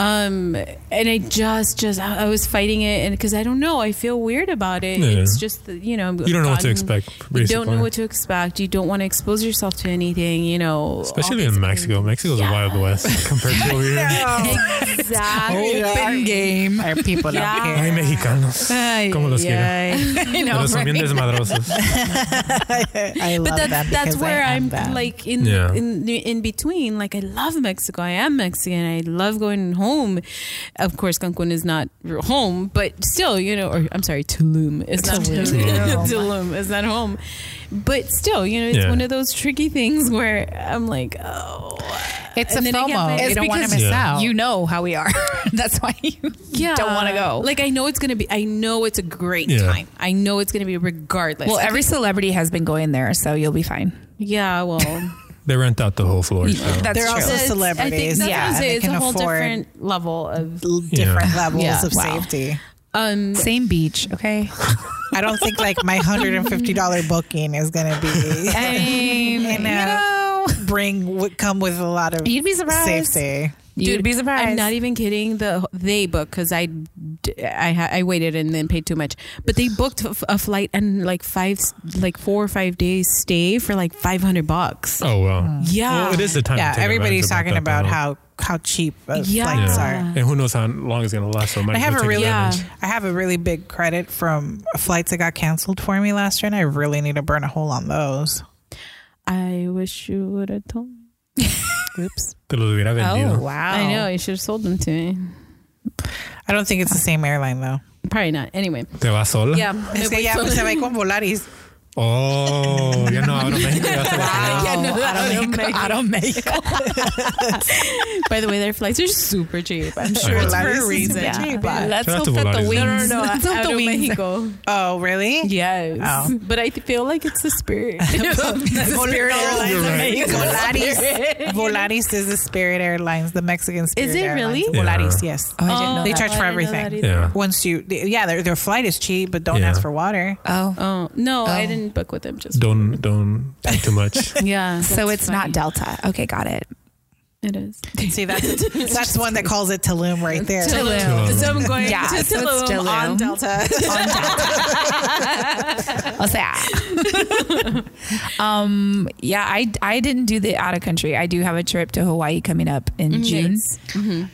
[SPEAKER 2] Um, and I just, just, I I was fighting it, and because I don't know, I feel weird about it.
[SPEAKER 3] Yeah.
[SPEAKER 2] It's just, that, you know,
[SPEAKER 3] you don't know what to
[SPEAKER 2] gotten-
[SPEAKER 3] expect.
[SPEAKER 2] You
[SPEAKER 3] Basically.
[SPEAKER 2] don't know what to expect. You don't want to expose yourself to anything. You know,
[SPEAKER 3] Especially in Mexico. Mexico's a wild west [laughs] compared to over here.
[SPEAKER 2] [laughs] Exactly.
[SPEAKER 1] Open game. Our people
[SPEAKER 2] Yeah.
[SPEAKER 1] don't care.
[SPEAKER 3] Ay, mexicanos. Como los quiero.
[SPEAKER 4] I know,
[SPEAKER 3] Pero son bien
[SPEAKER 4] right?
[SPEAKER 3] desmadrosos.
[SPEAKER 1] I love
[SPEAKER 2] But
[SPEAKER 1] them
[SPEAKER 2] that's that's
[SPEAKER 1] because I
[SPEAKER 2] where
[SPEAKER 1] am
[SPEAKER 2] I'm
[SPEAKER 1] them.
[SPEAKER 2] like in
[SPEAKER 3] Yeah.
[SPEAKER 2] in in between. Like I love Mexico. I am Mexican. I love going home. Of course, Cancun is not your home, but still, you know. Or I'm sorry, [laughs] Tulum is not
[SPEAKER 1] Tulum.
[SPEAKER 4] Oh
[SPEAKER 2] Tulum. Tulum is not home, but still, you know, it's
[SPEAKER 3] Yeah.
[SPEAKER 2] one of those tricky things where I'm like, oh,
[SPEAKER 4] It's
[SPEAKER 2] And
[SPEAKER 4] a
[SPEAKER 2] then I get my-
[SPEAKER 4] FOMO.
[SPEAKER 2] It's
[SPEAKER 4] you don't want to
[SPEAKER 1] because
[SPEAKER 4] miss
[SPEAKER 3] Yeah.
[SPEAKER 4] out. You know how we are. [laughs] That's why you
[SPEAKER 2] yeah,
[SPEAKER 4] don't want to go.
[SPEAKER 2] Like I know it's gonna be. I know it's a great
[SPEAKER 3] Yeah.
[SPEAKER 2] time. I know it's gonna be regardless.
[SPEAKER 4] well, every celebrity has been going there, so you'll be fine.
[SPEAKER 2] yeah, well.
[SPEAKER 3] They rent out the whole floor. So.
[SPEAKER 4] That's
[SPEAKER 1] They're
[SPEAKER 4] true.
[SPEAKER 1] also
[SPEAKER 2] It's- I think
[SPEAKER 1] celebrities.
[SPEAKER 2] that's
[SPEAKER 1] yeah,
[SPEAKER 2] what I'm
[SPEAKER 1] and
[SPEAKER 2] saying.
[SPEAKER 1] they
[SPEAKER 2] It's
[SPEAKER 1] can
[SPEAKER 2] a whole
[SPEAKER 1] afford
[SPEAKER 2] different level of.
[SPEAKER 1] l- different levels
[SPEAKER 2] Yeah.
[SPEAKER 1] of
[SPEAKER 4] Wow.
[SPEAKER 1] safety.
[SPEAKER 2] Um,
[SPEAKER 4] Same beach, okay?
[SPEAKER 1] I don't think like my hundred and fifty
[SPEAKER 2] [laughs]
[SPEAKER 1] dollar booking is gonna be
[SPEAKER 4] I mean,
[SPEAKER 1] you know. bring would come with a lot of
[SPEAKER 4] You'd be surprised.
[SPEAKER 1] safety.
[SPEAKER 4] You'd be surprised.
[SPEAKER 2] I'm not even kidding. The they book because I, d- I ha- I waited and then paid too much. But they booked a f- a flight and like five like four or five days stay for like five hundred bucks.
[SPEAKER 3] Oh, well.
[SPEAKER 2] Mm. Yeah.
[SPEAKER 3] Well, it is the time. to
[SPEAKER 1] Yeah,
[SPEAKER 3] take
[SPEAKER 1] everybody's
[SPEAKER 3] advantage
[SPEAKER 1] talking
[SPEAKER 3] that,
[SPEAKER 1] about
[SPEAKER 3] though.
[SPEAKER 1] how how cheap uh,
[SPEAKER 2] Yeah.
[SPEAKER 1] flights
[SPEAKER 2] Yeah.
[SPEAKER 1] are.
[SPEAKER 3] And who knows how long it's going to last. So might
[SPEAKER 1] I
[SPEAKER 3] as
[SPEAKER 1] have
[SPEAKER 3] well
[SPEAKER 1] a
[SPEAKER 3] take
[SPEAKER 1] really,
[SPEAKER 3] advantage.
[SPEAKER 1] I have a really big credit from flights that got canceled for me last year, and I really need to burn a hole on those.
[SPEAKER 2] I wish you would have told. me.
[SPEAKER 1] Oops.
[SPEAKER 3] Te lo hubiera vendido.
[SPEAKER 4] wow.
[SPEAKER 2] I know you should have sold them to me.
[SPEAKER 1] Oh. I don't think it's the same airline though.
[SPEAKER 2] Probably not. Anyway,
[SPEAKER 1] Oh.
[SPEAKER 3] Te vas sola?
[SPEAKER 2] yeah.
[SPEAKER 1] Es
[SPEAKER 2] [laughs]
[SPEAKER 1] que ya se va con Volaris.
[SPEAKER 3] Oh, ya no hablo México. Ya se va sola.
[SPEAKER 1] [laughs]
[SPEAKER 2] Yeah, no,
[SPEAKER 1] I don't
[SPEAKER 2] Automatic. [laughs] By the way, their flights are super cheap. I'm sure
[SPEAKER 3] Right.
[SPEAKER 2] it's
[SPEAKER 1] Lot of
[SPEAKER 2] for a
[SPEAKER 1] reasons
[SPEAKER 2] reason.
[SPEAKER 1] why.
[SPEAKER 2] Yeah.
[SPEAKER 1] But-
[SPEAKER 4] Let's
[SPEAKER 3] Shout out
[SPEAKER 4] hope
[SPEAKER 3] to
[SPEAKER 4] that the
[SPEAKER 3] Volaris.
[SPEAKER 4] wings.
[SPEAKER 2] No, no, no.
[SPEAKER 4] Let's hope
[SPEAKER 2] out
[SPEAKER 4] the
[SPEAKER 2] of
[SPEAKER 4] wings.
[SPEAKER 2] Mexico.
[SPEAKER 1] Oh, really?
[SPEAKER 2] Yes.
[SPEAKER 1] Oh.
[SPEAKER 2] But I feel like it's the spirit. [laughs]
[SPEAKER 1] Spirit Airlines
[SPEAKER 3] You're
[SPEAKER 1] of
[SPEAKER 3] right.
[SPEAKER 1] Mexico. Volaris. Volaris is the Spirit Airlines, the Mexican Spirit
[SPEAKER 2] it
[SPEAKER 1] Airlines.
[SPEAKER 2] really?
[SPEAKER 3] Yeah.
[SPEAKER 1] Volaris, yes.
[SPEAKER 4] Oh, I didn't know
[SPEAKER 1] They
[SPEAKER 4] that.
[SPEAKER 1] charge for
[SPEAKER 2] I didn't know that
[SPEAKER 1] everything.
[SPEAKER 2] either.
[SPEAKER 3] Yeah.
[SPEAKER 1] Once you, yeah, their, their flight is cheap, but don't
[SPEAKER 3] Yeah.
[SPEAKER 1] ask for water.
[SPEAKER 4] Oh,
[SPEAKER 2] Oh, no, I
[SPEAKER 4] Oh.
[SPEAKER 2] didn't book with them. Just
[SPEAKER 3] Don't don't think
[SPEAKER 1] [laughs]
[SPEAKER 3] too much.
[SPEAKER 2] Yeah.
[SPEAKER 4] so it's not Delta. Okay, got it.
[SPEAKER 2] It is.
[SPEAKER 1] See, that's that's one that calls it Tulum right there.
[SPEAKER 3] Tulum.
[SPEAKER 2] So I'm going
[SPEAKER 4] Yeah,
[SPEAKER 2] to
[SPEAKER 4] so it's
[SPEAKER 2] Tulum
[SPEAKER 4] Tulum.
[SPEAKER 2] on Delta.
[SPEAKER 4] [laughs] I'll say ah. [laughs] um, yeah, I I didn't do the out of country. I do have a trip to Hawaii coming up in June.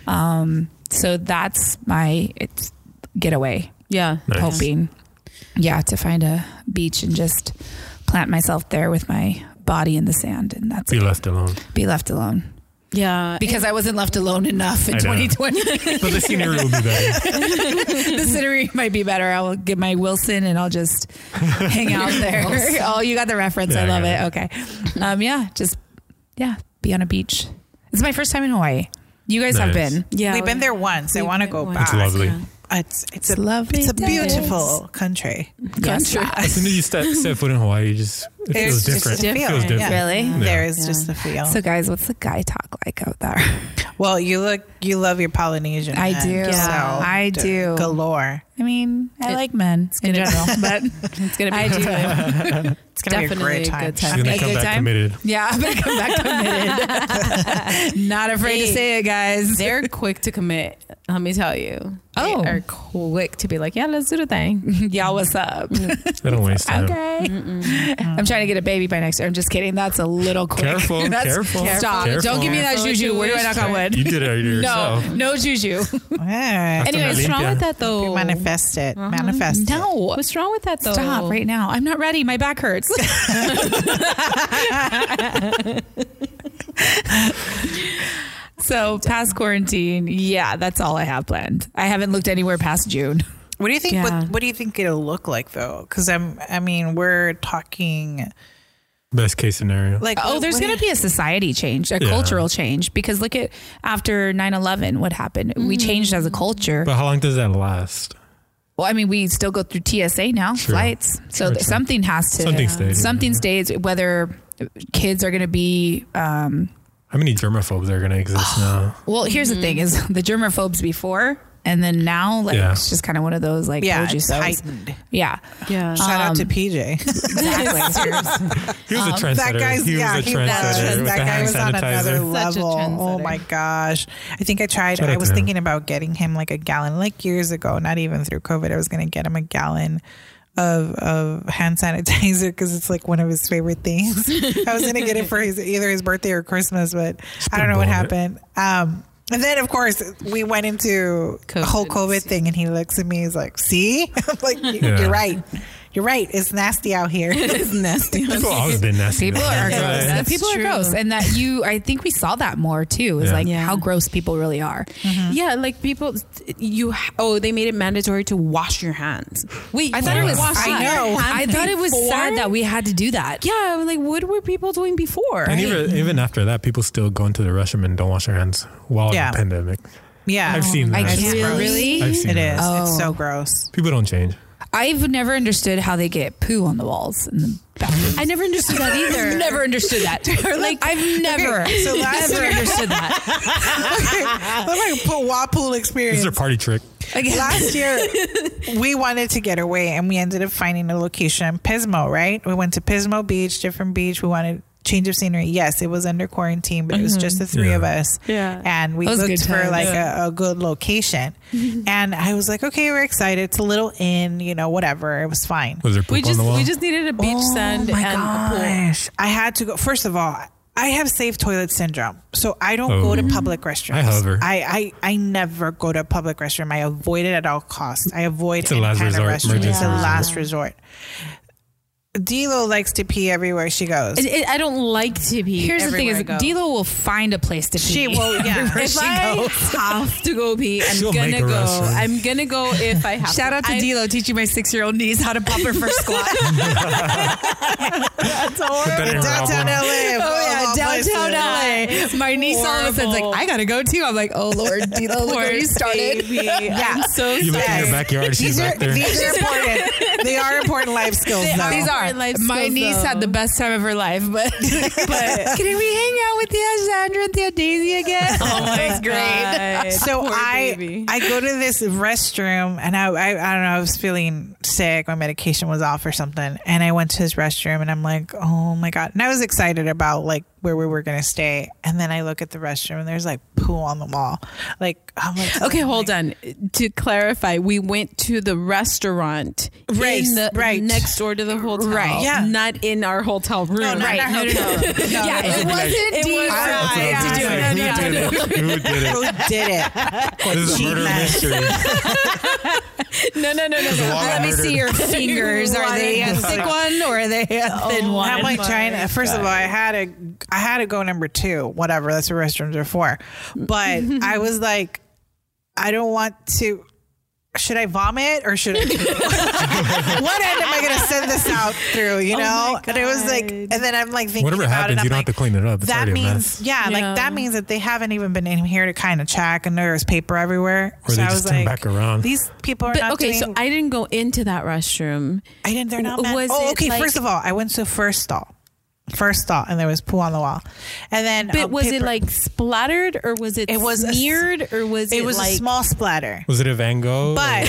[SPEAKER 4] Um, so that's my it's getaway
[SPEAKER 2] Yeah.
[SPEAKER 3] Nice.
[SPEAKER 4] hoping. Yeah, to find a beach and just plant myself there with my body in the sand and that's
[SPEAKER 3] Be
[SPEAKER 4] it.
[SPEAKER 3] left alone.
[SPEAKER 4] be left alone
[SPEAKER 2] Yeah.
[SPEAKER 4] because I wasn't left alone enough in
[SPEAKER 3] I know.
[SPEAKER 4] 2020.
[SPEAKER 3] But the scenery will be better.
[SPEAKER 4] [laughs] the scenery might be better. I will get my Wilson and I'll just hang out
[SPEAKER 3] [laughs]
[SPEAKER 4] there. [laughs] oh, you got the reference. I
[SPEAKER 3] Yeah, I
[SPEAKER 4] love
[SPEAKER 3] got
[SPEAKER 4] it. Okay. Um, yeah, just yeah, be on a beach. It's my first time in Hawaii. You guys have
[SPEAKER 3] Nice.
[SPEAKER 4] been.
[SPEAKER 2] yeah.
[SPEAKER 1] We've been there once. I
[SPEAKER 2] We've
[SPEAKER 1] want to
[SPEAKER 2] been
[SPEAKER 1] go
[SPEAKER 2] once.
[SPEAKER 1] back.
[SPEAKER 3] It's lovely.
[SPEAKER 2] Yeah.
[SPEAKER 1] It's it's
[SPEAKER 4] It's
[SPEAKER 1] a
[SPEAKER 4] lovely.
[SPEAKER 1] it's a
[SPEAKER 4] days.
[SPEAKER 1] beautiful country.
[SPEAKER 4] Yes.
[SPEAKER 3] As soon as you step, step foot in Hawaii, you just it feels
[SPEAKER 1] It's just
[SPEAKER 3] different.
[SPEAKER 1] different.
[SPEAKER 3] It feels
[SPEAKER 1] Yeah.
[SPEAKER 3] different.
[SPEAKER 4] Really?
[SPEAKER 3] Yeah.
[SPEAKER 1] There is
[SPEAKER 2] Yeah.
[SPEAKER 1] just a feel.
[SPEAKER 4] [laughs] So, guys, what's the guy talk like out there?
[SPEAKER 1] well, you look you love your Polynesian.
[SPEAKER 4] I
[SPEAKER 1] men,
[SPEAKER 4] do.
[SPEAKER 1] so
[SPEAKER 4] Yeah. I
[SPEAKER 1] d-
[SPEAKER 4] do.
[SPEAKER 1] galore.
[SPEAKER 4] I mean, I
[SPEAKER 2] It-
[SPEAKER 4] like men in
[SPEAKER 2] gonna-
[SPEAKER 4] general, but
[SPEAKER 2] It's going to be
[SPEAKER 4] I do.
[SPEAKER 1] It's gonna
[SPEAKER 2] Definitely
[SPEAKER 1] be a great time.
[SPEAKER 2] good
[SPEAKER 3] She's
[SPEAKER 2] time.
[SPEAKER 3] gonna
[SPEAKER 4] A
[SPEAKER 3] come
[SPEAKER 4] good
[SPEAKER 3] back
[SPEAKER 4] time?
[SPEAKER 3] committed.
[SPEAKER 4] [laughs] yeah, I'm gonna come back committed. [laughs] Not afraid to
[SPEAKER 2] Hey,
[SPEAKER 4] say it, guys.
[SPEAKER 2] [laughs] They're quick to commit. Let me tell you.
[SPEAKER 4] Oh.
[SPEAKER 2] They are quick to be like, yeah, let's do the [laughs] thing.
[SPEAKER 4] [laughs] Y'all, what's up?
[SPEAKER 3] I don't waste time.
[SPEAKER 4] Okay. I'm trying to get a baby by next year. I'm just kidding. That's a little quick.
[SPEAKER 3] Careful,
[SPEAKER 4] [laughs] That's-
[SPEAKER 3] careful,
[SPEAKER 4] Stop.
[SPEAKER 3] careful.
[SPEAKER 4] Don't give me that
[SPEAKER 2] Careful what
[SPEAKER 4] juju.
[SPEAKER 2] you
[SPEAKER 4] Where do I
[SPEAKER 2] wish
[SPEAKER 4] knock on
[SPEAKER 2] for.
[SPEAKER 4] wood?
[SPEAKER 3] You
[SPEAKER 1] [laughs]
[SPEAKER 3] did it
[SPEAKER 4] No,
[SPEAKER 3] yourself.
[SPEAKER 4] no juju.
[SPEAKER 1] Yeah.
[SPEAKER 3] Anyway,
[SPEAKER 2] What's wrong
[SPEAKER 3] Olympia.
[SPEAKER 2] with that though?
[SPEAKER 1] manifest it.
[SPEAKER 4] Uh-huh.
[SPEAKER 1] Manifest. it.
[SPEAKER 4] No.
[SPEAKER 2] What's wrong with that though?
[SPEAKER 4] Stop right now. I'm not ready. My back hurts. [laughs] so, past quarantine, yeah, that's all I have planned. I haven't looked anywhere past June.
[SPEAKER 1] What do you think?
[SPEAKER 2] Yeah.
[SPEAKER 1] What, what do you think it'll look like though? Because I'm. I mean, we're talking
[SPEAKER 3] Best case scenario.
[SPEAKER 1] like.
[SPEAKER 4] Oh,
[SPEAKER 1] what-
[SPEAKER 4] there's
[SPEAKER 1] what
[SPEAKER 4] going to be a society change, a
[SPEAKER 3] Yeah.
[SPEAKER 4] cultural change because look at after 9/11 what happened. We changed as a culture.
[SPEAKER 3] but how long does that last?
[SPEAKER 4] Well, I mean, we still go through TSA now,
[SPEAKER 3] Sure.
[SPEAKER 4] flights. So th-
[SPEAKER 3] true.
[SPEAKER 4] something has to
[SPEAKER 3] Something stays, Mm-hmm.
[SPEAKER 4] Something
[SPEAKER 3] yeah.
[SPEAKER 4] stays. Whether kids are going to be. Um,
[SPEAKER 3] How many germaphobes are going
[SPEAKER 1] [sighs]
[SPEAKER 3] to exist now?
[SPEAKER 4] well, here's the
[SPEAKER 2] Mm-hmm.
[SPEAKER 4] thing: is [laughs] the germaphobes before, and then now, like
[SPEAKER 3] Yeah.
[SPEAKER 4] it's just kind of one of those like
[SPEAKER 1] Yeah,
[SPEAKER 4] told you
[SPEAKER 1] it's
[SPEAKER 4] so.
[SPEAKER 1] heightened.
[SPEAKER 4] Yeah,
[SPEAKER 2] Yeah.
[SPEAKER 1] Shout out
[SPEAKER 4] Um,
[SPEAKER 1] to PJ.
[SPEAKER 4] [laughs]
[SPEAKER 2] [laughs]
[SPEAKER 4] exactly.
[SPEAKER 3] He was a trendsetter.
[SPEAKER 1] Um, That guy's
[SPEAKER 3] he was
[SPEAKER 1] yeah,
[SPEAKER 3] a
[SPEAKER 1] he
[SPEAKER 3] trendsetter
[SPEAKER 1] was.
[SPEAKER 3] with
[SPEAKER 1] That guy
[SPEAKER 3] the hand
[SPEAKER 1] was on another
[SPEAKER 3] sanitizer.
[SPEAKER 2] Such a
[SPEAKER 1] level. Oh
[SPEAKER 2] trendsetter.
[SPEAKER 1] my gosh! I think I tried.
[SPEAKER 3] Shout out
[SPEAKER 1] I
[SPEAKER 3] to
[SPEAKER 1] was
[SPEAKER 3] him.
[SPEAKER 1] thinking about getting him like a gallon, like years ago. Not even through COVID, I was gonna get him a gallon of of hand sanitizer because it's like one of his favorite
[SPEAKER 2] [laughs]
[SPEAKER 1] things. I was gonna get it for his either his birthday or Christmas, but I don't know what
[SPEAKER 3] Spitballing it.
[SPEAKER 1] happened. Um, and then of course we went into the whole
[SPEAKER 2] COVID.
[SPEAKER 1] COVID thing, and he looks at me. He's like, "See, [laughs] I'm like "You-
[SPEAKER 3] Yeah.
[SPEAKER 1] you're right." You're right. It's nasty out here.
[SPEAKER 2] [laughs] It's
[SPEAKER 3] [laughs]
[SPEAKER 2] nasty.
[SPEAKER 1] [laughs]
[SPEAKER 3] People always been nasty.
[SPEAKER 4] People
[SPEAKER 3] though. [laughs]
[SPEAKER 4] are
[SPEAKER 3] That's
[SPEAKER 4] gross.
[SPEAKER 3] why-
[SPEAKER 2] That's
[SPEAKER 4] people
[SPEAKER 2] true.
[SPEAKER 4] are gross, and that you. I think we saw that more too. Is
[SPEAKER 3] Yeah.
[SPEAKER 4] like
[SPEAKER 2] Yeah.
[SPEAKER 4] how gross people really are.
[SPEAKER 3] Mm-hmm.
[SPEAKER 2] Yeah, like people, you. Oh, they made it mandatory to wash your hands. Wait,
[SPEAKER 4] I thought it was.
[SPEAKER 2] wash your
[SPEAKER 4] sad.
[SPEAKER 1] know.
[SPEAKER 4] I
[SPEAKER 2] hands
[SPEAKER 4] thought it was
[SPEAKER 2] before?
[SPEAKER 4] sad that we had to do that.
[SPEAKER 2] Yeah, I'm like, what were people doing before?
[SPEAKER 3] And even even after that, people still go into the restroom and don't wash their hands while
[SPEAKER 1] Yeah.
[SPEAKER 3] in the pandemic.
[SPEAKER 1] Yeah.
[SPEAKER 3] I've seen that.
[SPEAKER 4] I
[SPEAKER 1] It's
[SPEAKER 4] can't
[SPEAKER 1] gross.
[SPEAKER 4] really.
[SPEAKER 3] I've seen
[SPEAKER 1] It
[SPEAKER 3] that.
[SPEAKER 1] is. It's
[SPEAKER 4] Oh.
[SPEAKER 1] so gross.
[SPEAKER 3] People don't change.
[SPEAKER 4] I've never understood how they get poo on the walls in the bathroom.
[SPEAKER 2] I never understood that [laughs] either.
[SPEAKER 4] never understood [laughs] that. like I've never,
[SPEAKER 1] [laughs]
[SPEAKER 4] [laughs]
[SPEAKER 1] so last
[SPEAKER 4] never
[SPEAKER 1] year-
[SPEAKER 4] understood [laughs] that.
[SPEAKER 1] I'm like put Wapool
[SPEAKER 3] It's
[SPEAKER 1] experience.
[SPEAKER 3] their party trick.
[SPEAKER 4] Like,
[SPEAKER 1] Last year,
[SPEAKER 4] [laughs]
[SPEAKER 1] we wanted to get away and we ended up finding a location in Pismo, right? We went to Pismo Beach, different beach. We wanted change of scenery. Yes, it was under quarantine, but it was just the three
[SPEAKER 3] Yeah.
[SPEAKER 1] of us.
[SPEAKER 2] Yeah.
[SPEAKER 1] And we
[SPEAKER 4] That was a
[SPEAKER 1] looked
[SPEAKER 4] good
[SPEAKER 1] for
[SPEAKER 4] time.
[SPEAKER 1] like a, a good
[SPEAKER 4] [laughs]
[SPEAKER 1] location. and I was like, okay, we're excited. It's a little inn, you know, whatever. It was fine.
[SPEAKER 3] Was there poop
[SPEAKER 2] we
[SPEAKER 3] on
[SPEAKER 2] just
[SPEAKER 3] the wall?
[SPEAKER 2] we just needed a beach sand
[SPEAKER 1] my
[SPEAKER 2] and a pool.
[SPEAKER 1] gosh. I had to go. First of all, I have safe toilet syndrome, so I don't go
[SPEAKER 3] Oh.
[SPEAKER 1] to public restrooms.
[SPEAKER 3] I hover.
[SPEAKER 1] I, I, I never go to a public restroom. I avoid it at all costs. I avoid
[SPEAKER 3] a
[SPEAKER 1] any
[SPEAKER 3] last
[SPEAKER 1] kind
[SPEAKER 3] resort,
[SPEAKER 1] of restroom. It's
[SPEAKER 3] emergency
[SPEAKER 1] a
[SPEAKER 3] resort.
[SPEAKER 1] last resort. D'Lo likes to pee everywhere she goes.
[SPEAKER 2] It- it- I don't like to be.
[SPEAKER 4] here's the thing:
[SPEAKER 2] everywhere
[SPEAKER 4] is
[SPEAKER 2] I go.
[SPEAKER 4] Dilo will find a place to pee.
[SPEAKER 1] she [laughs]
[SPEAKER 4] [laughs]
[SPEAKER 1] will. Yeah.
[SPEAKER 2] If I have to go pee, I'm
[SPEAKER 3] She'll
[SPEAKER 2] gonna
[SPEAKER 3] make a
[SPEAKER 2] go.
[SPEAKER 3] restroom.
[SPEAKER 2] I'm gonna go if I have.
[SPEAKER 4] Shout out to
[SPEAKER 2] I-
[SPEAKER 4] Dilo teaching my six-year-old niece how to pop her first squat.
[SPEAKER 1] That's horrible.
[SPEAKER 3] in her
[SPEAKER 1] Downtown
[SPEAKER 3] album.
[SPEAKER 1] LA.
[SPEAKER 4] [laughs] Oh, yeah,
[SPEAKER 1] of all
[SPEAKER 4] downtown LA. My niece all of a sudden's like,
[SPEAKER 2] Horrible.
[SPEAKER 4] I gotta go too. I'm like, oh [laughs] Lord, Dina, look where you started. [laughs]
[SPEAKER 2] Baby.
[SPEAKER 1] Yeah.
[SPEAKER 2] I'm so
[SPEAKER 3] You look in
[SPEAKER 1] Yes. [laughs]
[SPEAKER 3] your backyard, she's
[SPEAKER 1] These are
[SPEAKER 3] back there.
[SPEAKER 1] these are [laughs] important. they are important life skills. Though.
[SPEAKER 4] These are
[SPEAKER 2] Life
[SPEAKER 4] my
[SPEAKER 2] skills,
[SPEAKER 4] niece
[SPEAKER 2] though.
[SPEAKER 4] had the best time of her life, [laughs] but but can we hang out with the Sandra and the Daisy again? Oh my
[SPEAKER 2] God.
[SPEAKER 1] so
[SPEAKER 2] Poor
[SPEAKER 1] I
[SPEAKER 2] baby.
[SPEAKER 1] I go to this restroom and I, I I don't know I was feeling sick my medication was off or something and I went to his restroom and I'm like oh my god and I was excited about like where we were gonna stay and then I look at the restroom and there's like poo on the wall like I'm like
[SPEAKER 2] Okay, hold on. To clarify, we went to the restaurant
[SPEAKER 1] Right,
[SPEAKER 2] in the
[SPEAKER 1] right.
[SPEAKER 2] next door to the hotel.
[SPEAKER 1] Right. Yeah.
[SPEAKER 2] Not in our hotel room.
[SPEAKER 1] no, no,
[SPEAKER 4] Right.
[SPEAKER 1] no,
[SPEAKER 4] No, no,
[SPEAKER 1] no,
[SPEAKER 2] [laughs]
[SPEAKER 1] no.
[SPEAKER 4] Yeah, it wasn't
[SPEAKER 2] It
[SPEAKER 4] deep
[SPEAKER 2] was-
[SPEAKER 1] I-
[SPEAKER 4] fried.
[SPEAKER 1] Yeah,
[SPEAKER 3] That's what I was
[SPEAKER 1] yeah,
[SPEAKER 3] gonna
[SPEAKER 1] yeah,
[SPEAKER 3] say. Who did it? Who did it?
[SPEAKER 1] who did it
[SPEAKER 3] [laughs] This is a murder
[SPEAKER 1] Cheat
[SPEAKER 3] mystery.
[SPEAKER 2] No, no, no, no.
[SPEAKER 3] a
[SPEAKER 2] no.
[SPEAKER 3] lot
[SPEAKER 4] Let me
[SPEAKER 3] Murder.
[SPEAKER 4] see
[SPEAKER 1] [laughs]
[SPEAKER 4] your fingers. Are
[SPEAKER 2] [laughs]
[SPEAKER 4] they a thick one or are they a thin one?
[SPEAKER 1] I'm like trying to first of all I had to I had to go number two whatever that's what restrooms are for but
[SPEAKER 4] [laughs]
[SPEAKER 1] I was like I don't want to should I vomit or
[SPEAKER 4] [laughs]
[SPEAKER 1] should I what end am I going to send this out through
[SPEAKER 4] Oh
[SPEAKER 1] you know and it was like and then I'm like thinking
[SPEAKER 3] Whatever
[SPEAKER 1] about
[SPEAKER 3] happens,
[SPEAKER 1] it, I'm
[SPEAKER 3] you don't
[SPEAKER 1] like,
[SPEAKER 3] have to clean it up. It's
[SPEAKER 1] that
[SPEAKER 3] already a
[SPEAKER 1] means
[SPEAKER 3] mess.
[SPEAKER 1] yeah, like that means that they haven't even been in here to kind of check and there's paper everywhere
[SPEAKER 3] Or
[SPEAKER 1] so
[SPEAKER 3] they
[SPEAKER 1] I was
[SPEAKER 3] just turn
[SPEAKER 1] like
[SPEAKER 3] back around.
[SPEAKER 1] these people are
[SPEAKER 2] But
[SPEAKER 1] not doing
[SPEAKER 2] okay, so I didn't go into that restroom.
[SPEAKER 1] I didn't. They're not mad.
[SPEAKER 2] Was
[SPEAKER 1] oh,
[SPEAKER 2] it
[SPEAKER 1] okay.
[SPEAKER 2] like-
[SPEAKER 1] first of all, I went to first stall, first stall, and there was poo on the wall, and then
[SPEAKER 2] But
[SPEAKER 1] uh,
[SPEAKER 2] was it
[SPEAKER 1] paper-
[SPEAKER 2] like splattered or was it,
[SPEAKER 1] It was a s-
[SPEAKER 2] smeared or was it,
[SPEAKER 1] it was
[SPEAKER 2] like
[SPEAKER 1] a small splatter?
[SPEAKER 3] Was it a Van Gogh?
[SPEAKER 1] But-
[SPEAKER 4] Or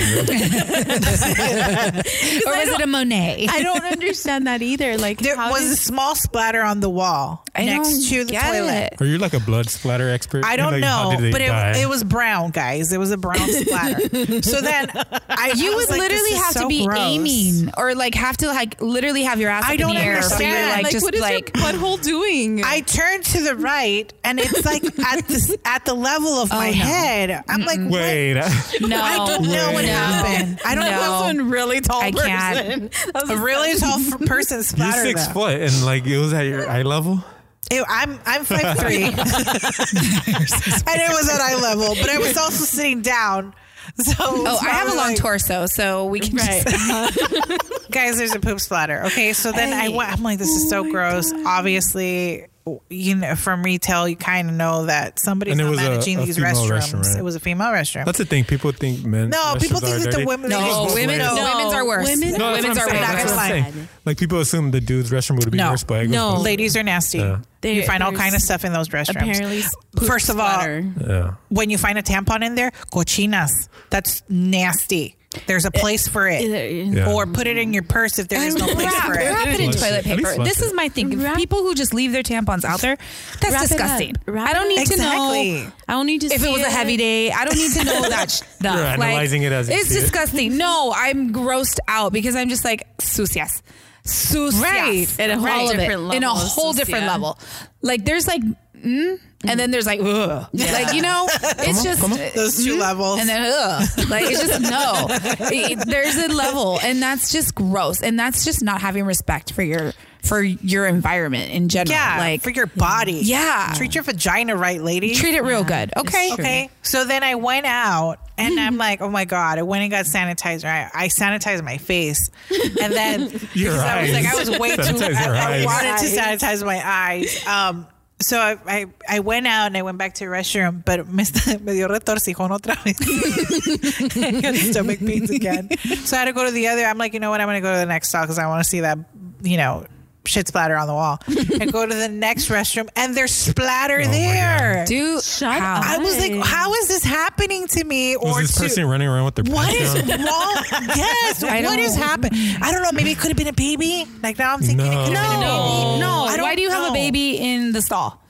[SPEAKER 4] was it a Monet?
[SPEAKER 2] I don't understand that either. Like
[SPEAKER 1] There
[SPEAKER 2] how
[SPEAKER 1] was
[SPEAKER 2] did-
[SPEAKER 1] a small splatter on the wall
[SPEAKER 4] I
[SPEAKER 1] next
[SPEAKER 4] don't
[SPEAKER 1] to the
[SPEAKER 4] get
[SPEAKER 1] toilet.
[SPEAKER 4] it.
[SPEAKER 3] Or, are you like a blood splatter expert?
[SPEAKER 1] I don't
[SPEAKER 3] Like, how
[SPEAKER 1] know,
[SPEAKER 3] did they
[SPEAKER 1] but
[SPEAKER 3] die?
[SPEAKER 1] it, it was brown, guys. It was a
[SPEAKER 4] [laughs]
[SPEAKER 1] brown splatter. so then, I
[SPEAKER 4] You
[SPEAKER 1] I was like,
[SPEAKER 4] would
[SPEAKER 1] this
[SPEAKER 4] literally
[SPEAKER 1] is
[SPEAKER 4] have to
[SPEAKER 1] so
[SPEAKER 4] be
[SPEAKER 1] gross.
[SPEAKER 4] aiming or like have to like literally have your ass
[SPEAKER 1] I
[SPEAKER 4] up
[SPEAKER 1] don't
[SPEAKER 4] in the air for you to
[SPEAKER 1] understand.
[SPEAKER 4] like,
[SPEAKER 2] like
[SPEAKER 4] just
[SPEAKER 2] what is
[SPEAKER 4] like
[SPEAKER 2] your butthole doing?
[SPEAKER 1] I turned to the right, and it's like at the at the level
[SPEAKER 4] [laughs]
[SPEAKER 1] of my
[SPEAKER 4] Oh, no.
[SPEAKER 1] head. I'm like, what?
[SPEAKER 3] Wait, [laughs]
[SPEAKER 1] [laughs]
[SPEAKER 4] no.
[SPEAKER 1] I don't know what
[SPEAKER 3] No.
[SPEAKER 1] happened. I don't
[SPEAKER 4] No.
[SPEAKER 1] know.
[SPEAKER 2] was one really tall
[SPEAKER 4] I
[SPEAKER 2] person.
[SPEAKER 4] can't.
[SPEAKER 2] That was
[SPEAKER 1] a really tall f- person
[SPEAKER 3] [laughs] you're
[SPEAKER 1] splatter.
[SPEAKER 3] six
[SPEAKER 1] though.
[SPEAKER 3] foot and like it was at your eye level.
[SPEAKER 1] Ew, I'm I'm
[SPEAKER 4] [laughs]
[SPEAKER 1] five three, and [laughs] it was at eye level, but I was also sitting down. So,
[SPEAKER 4] Oh, I have a long
[SPEAKER 1] like,
[SPEAKER 4] torso, so we can
[SPEAKER 2] Right.
[SPEAKER 4] [laughs] just
[SPEAKER 1] guys. There's a poop splatter. Okay, so then I went. I'm like, this is
[SPEAKER 4] Oh
[SPEAKER 1] so gross. Obviously, you know, from retail, you kind of know that somebody's
[SPEAKER 3] And it
[SPEAKER 1] not
[SPEAKER 3] was a-
[SPEAKER 1] managing
[SPEAKER 3] a
[SPEAKER 1] these
[SPEAKER 3] female
[SPEAKER 1] restrooms.
[SPEAKER 3] restroom, right?
[SPEAKER 1] It was a female restroom.
[SPEAKER 3] That's the thing. People think men.
[SPEAKER 1] no, people
[SPEAKER 3] restrooms
[SPEAKER 1] think
[SPEAKER 3] are
[SPEAKER 1] that the
[SPEAKER 3] dirty.
[SPEAKER 1] women.
[SPEAKER 4] No,
[SPEAKER 1] they just-
[SPEAKER 4] women-
[SPEAKER 1] No.
[SPEAKER 4] no. women's are worse.
[SPEAKER 2] Women,
[SPEAKER 4] No,
[SPEAKER 3] No, that's
[SPEAKER 4] Women's
[SPEAKER 3] what I'm
[SPEAKER 4] are
[SPEAKER 3] saying.
[SPEAKER 4] way
[SPEAKER 3] That's what
[SPEAKER 1] back
[SPEAKER 3] I'm
[SPEAKER 1] in
[SPEAKER 3] saying. Like people assume the dude's restroom would be
[SPEAKER 1] No.
[SPEAKER 3] worse, but it goes
[SPEAKER 2] No.
[SPEAKER 3] both ways.
[SPEAKER 1] Ladies are nasty.
[SPEAKER 3] Yeah.
[SPEAKER 1] You
[SPEAKER 2] They-
[SPEAKER 1] find all
[SPEAKER 2] there's
[SPEAKER 1] kind of stuff in those restrooms.
[SPEAKER 2] apparently poop
[SPEAKER 1] first of all,
[SPEAKER 2] splatter.
[SPEAKER 3] Yeah.
[SPEAKER 1] when you find a tampon in there, cochinas. That's nasty. There's a place for it.
[SPEAKER 3] Yeah.
[SPEAKER 1] Or put it in your purse if there is
[SPEAKER 4] [laughs]
[SPEAKER 1] no place
[SPEAKER 4] wrap,
[SPEAKER 1] for it.
[SPEAKER 4] wrap it in
[SPEAKER 3] Flush it. At
[SPEAKER 4] toilet
[SPEAKER 3] least
[SPEAKER 4] paper.
[SPEAKER 3] flush
[SPEAKER 4] This
[SPEAKER 3] it.
[SPEAKER 4] is my thing.
[SPEAKER 2] Wrap-
[SPEAKER 4] People who just leave their tampons out there,
[SPEAKER 2] Wrap
[SPEAKER 4] that's
[SPEAKER 2] it up.
[SPEAKER 4] disgusting.
[SPEAKER 2] Wrap
[SPEAKER 4] I don't
[SPEAKER 2] it
[SPEAKER 4] need
[SPEAKER 2] up.
[SPEAKER 4] to know.
[SPEAKER 1] Exactly.
[SPEAKER 2] I don't need to.
[SPEAKER 4] If
[SPEAKER 2] see
[SPEAKER 4] it was a heavy day, I don't need to know that stuff. You're
[SPEAKER 3] analyzing it as you
[SPEAKER 4] it's
[SPEAKER 3] see it.
[SPEAKER 4] disgusting. No, I'm grossed out because I'm just like sucias, sucias,
[SPEAKER 2] Right. At a whole
[SPEAKER 4] All of it.
[SPEAKER 2] different
[SPEAKER 4] in a
[SPEAKER 2] level of
[SPEAKER 4] whole different
[SPEAKER 2] sucia.
[SPEAKER 4] level. Like there's like, mm, and then there's like, ugh. like you know, it's just uh, mm-hmm.
[SPEAKER 1] Those two levels.
[SPEAKER 4] and then ugh, like it's
[SPEAKER 1] [laughs]
[SPEAKER 4] just no. It- There's a level, and that's just gross, and that's just not having respect for your for your environment in general.
[SPEAKER 1] yeah,
[SPEAKER 4] like
[SPEAKER 1] for your body.
[SPEAKER 4] Yeah.
[SPEAKER 1] Treat your vagina right, lady.
[SPEAKER 4] treat it real good. Okay,
[SPEAKER 1] okay. So then I went out and I'm like, oh my God. I went and got sanitizer. I, I sanitized my face. And then
[SPEAKER 3] [laughs] Your
[SPEAKER 1] because I was like,
[SPEAKER 3] eyes.
[SPEAKER 1] I was way too,
[SPEAKER 3] Sanitize your
[SPEAKER 1] I, I
[SPEAKER 3] eyes.
[SPEAKER 1] wanted to sanitize my eyes. Um, so I, I, I went out and I went back to the restroom, but [laughs] me, esta- me dio retorcijón otra vez. [laughs] I got stomach pains again. So I had to go to the other. I'm like, you know what? I'm going to go to the next stall because I want to see that, you know, shit splatter on the wall. [laughs] I go to the next restroom and there's splatter
[SPEAKER 3] Oh my
[SPEAKER 1] there.
[SPEAKER 4] do shut
[SPEAKER 2] up.
[SPEAKER 1] I was like, how is this happening to me?
[SPEAKER 3] Was this
[SPEAKER 1] to- [laughs]
[SPEAKER 3] person running around with their
[SPEAKER 1] what
[SPEAKER 3] pants
[SPEAKER 1] is
[SPEAKER 3] down?
[SPEAKER 1] wrong? Yes,
[SPEAKER 4] [laughs] I
[SPEAKER 1] what
[SPEAKER 4] don't-
[SPEAKER 1] has happened? I don't know. Maybe it could have been a baby. Like now I'm thinking it could have been a baby.
[SPEAKER 4] No,
[SPEAKER 1] I don't
[SPEAKER 4] why do you have
[SPEAKER 1] know.
[SPEAKER 4] a baby in the stall?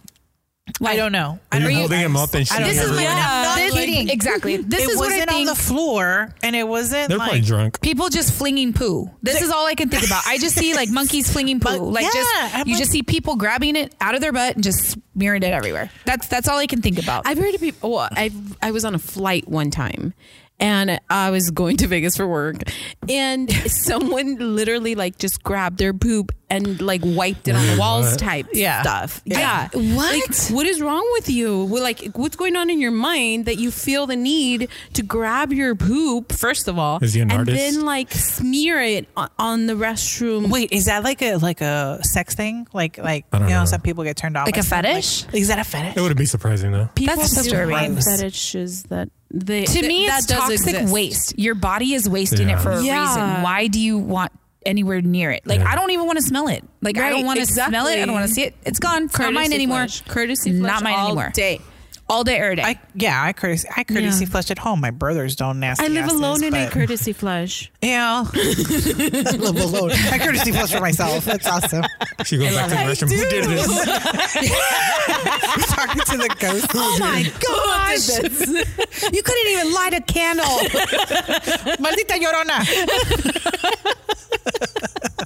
[SPEAKER 1] I don't know. I
[SPEAKER 3] Were
[SPEAKER 1] don't
[SPEAKER 3] you
[SPEAKER 1] know.
[SPEAKER 3] holding him up and
[SPEAKER 1] I don't
[SPEAKER 3] shitting
[SPEAKER 1] know.
[SPEAKER 4] This is
[SPEAKER 3] everywhere?
[SPEAKER 4] my-
[SPEAKER 1] I'm not
[SPEAKER 4] This-
[SPEAKER 1] kidding.
[SPEAKER 4] exactly. This
[SPEAKER 1] it
[SPEAKER 4] is what
[SPEAKER 1] wasn't
[SPEAKER 4] I
[SPEAKER 1] on
[SPEAKER 4] think.
[SPEAKER 1] the floor, and it wasn't
[SPEAKER 3] They're probably
[SPEAKER 1] like
[SPEAKER 3] drunk.
[SPEAKER 4] People just flinging poo. This is all I can think about. I just see like monkeys
[SPEAKER 1] [laughs]
[SPEAKER 4] flinging poo.
[SPEAKER 1] But-
[SPEAKER 4] Like
[SPEAKER 1] yeah,
[SPEAKER 4] just
[SPEAKER 1] I'm
[SPEAKER 4] you
[SPEAKER 1] like-
[SPEAKER 4] just see people grabbing it out of their butt and just smearing it everywhere. That's that's all I can think about.
[SPEAKER 2] I've heard of people. Well, I I was on a flight one time, and I was going to Vegas for work, and [laughs] someone literally like just grabbed their boob and like wiped it on the walls
[SPEAKER 3] What?
[SPEAKER 2] type
[SPEAKER 1] Yeah.
[SPEAKER 2] stuff.
[SPEAKER 1] Yeah.
[SPEAKER 2] Yeah.
[SPEAKER 4] What?
[SPEAKER 2] Like, what is wrong with you? Well, like, what's going on in your mind that you feel the need to grab your poop first of all,
[SPEAKER 3] Is he an
[SPEAKER 2] and
[SPEAKER 3] artist?
[SPEAKER 2] then like smear it on, on the restroom?
[SPEAKER 1] Wait, is that like a like a sex thing? Like like you
[SPEAKER 3] I
[SPEAKER 1] know,
[SPEAKER 3] don't know.
[SPEAKER 1] some people get turned off.
[SPEAKER 4] Like
[SPEAKER 1] by
[SPEAKER 4] a
[SPEAKER 1] stuff,
[SPEAKER 4] fetish?
[SPEAKER 1] is that a fetish?
[SPEAKER 3] It would be surprising though.
[SPEAKER 2] People
[SPEAKER 4] That's
[SPEAKER 2] do
[SPEAKER 4] disturbing.
[SPEAKER 2] have fetishes that they
[SPEAKER 4] to
[SPEAKER 2] th-
[SPEAKER 4] me,
[SPEAKER 2] that
[SPEAKER 4] it's
[SPEAKER 2] does
[SPEAKER 4] toxic
[SPEAKER 2] exist.
[SPEAKER 4] waste. Your body is wasting it
[SPEAKER 3] Yeah.
[SPEAKER 4] for a
[SPEAKER 2] Yeah.
[SPEAKER 4] reason. Why do you want anywhere near it? Like,
[SPEAKER 3] Yeah.
[SPEAKER 4] I don't even want to smell it. Like, I
[SPEAKER 2] Right,
[SPEAKER 4] don't want to smell it. I
[SPEAKER 2] exactly.
[SPEAKER 4] don't want to see it. It's gone. It's not mine
[SPEAKER 2] Courtesy
[SPEAKER 4] anymore.
[SPEAKER 2] flush. Courtesy
[SPEAKER 4] Not
[SPEAKER 2] flush
[SPEAKER 4] mine
[SPEAKER 2] all
[SPEAKER 4] anymore.
[SPEAKER 2] day.
[SPEAKER 4] All day, every day.
[SPEAKER 1] I yeah, I courtesy I courtesy
[SPEAKER 2] Yeah.
[SPEAKER 1] flush at home. My brothers don't nasty.
[SPEAKER 2] I live
[SPEAKER 1] asses,
[SPEAKER 2] alone in a
[SPEAKER 1] but-
[SPEAKER 2] courtesy
[SPEAKER 4] [laughs]
[SPEAKER 2] flush.
[SPEAKER 3] [laughs]
[SPEAKER 1] Yeah. [laughs] I live alone. I courtesy flush for myself. That's awesome.
[SPEAKER 3] She goes back to the restroom. Who did this?
[SPEAKER 1] Talking to the ghost. Oh my
[SPEAKER 2] Gosh. [laughs]
[SPEAKER 1] You couldn't even light a candle. [laughs] Maldita llorona.
[SPEAKER 4] [laughs]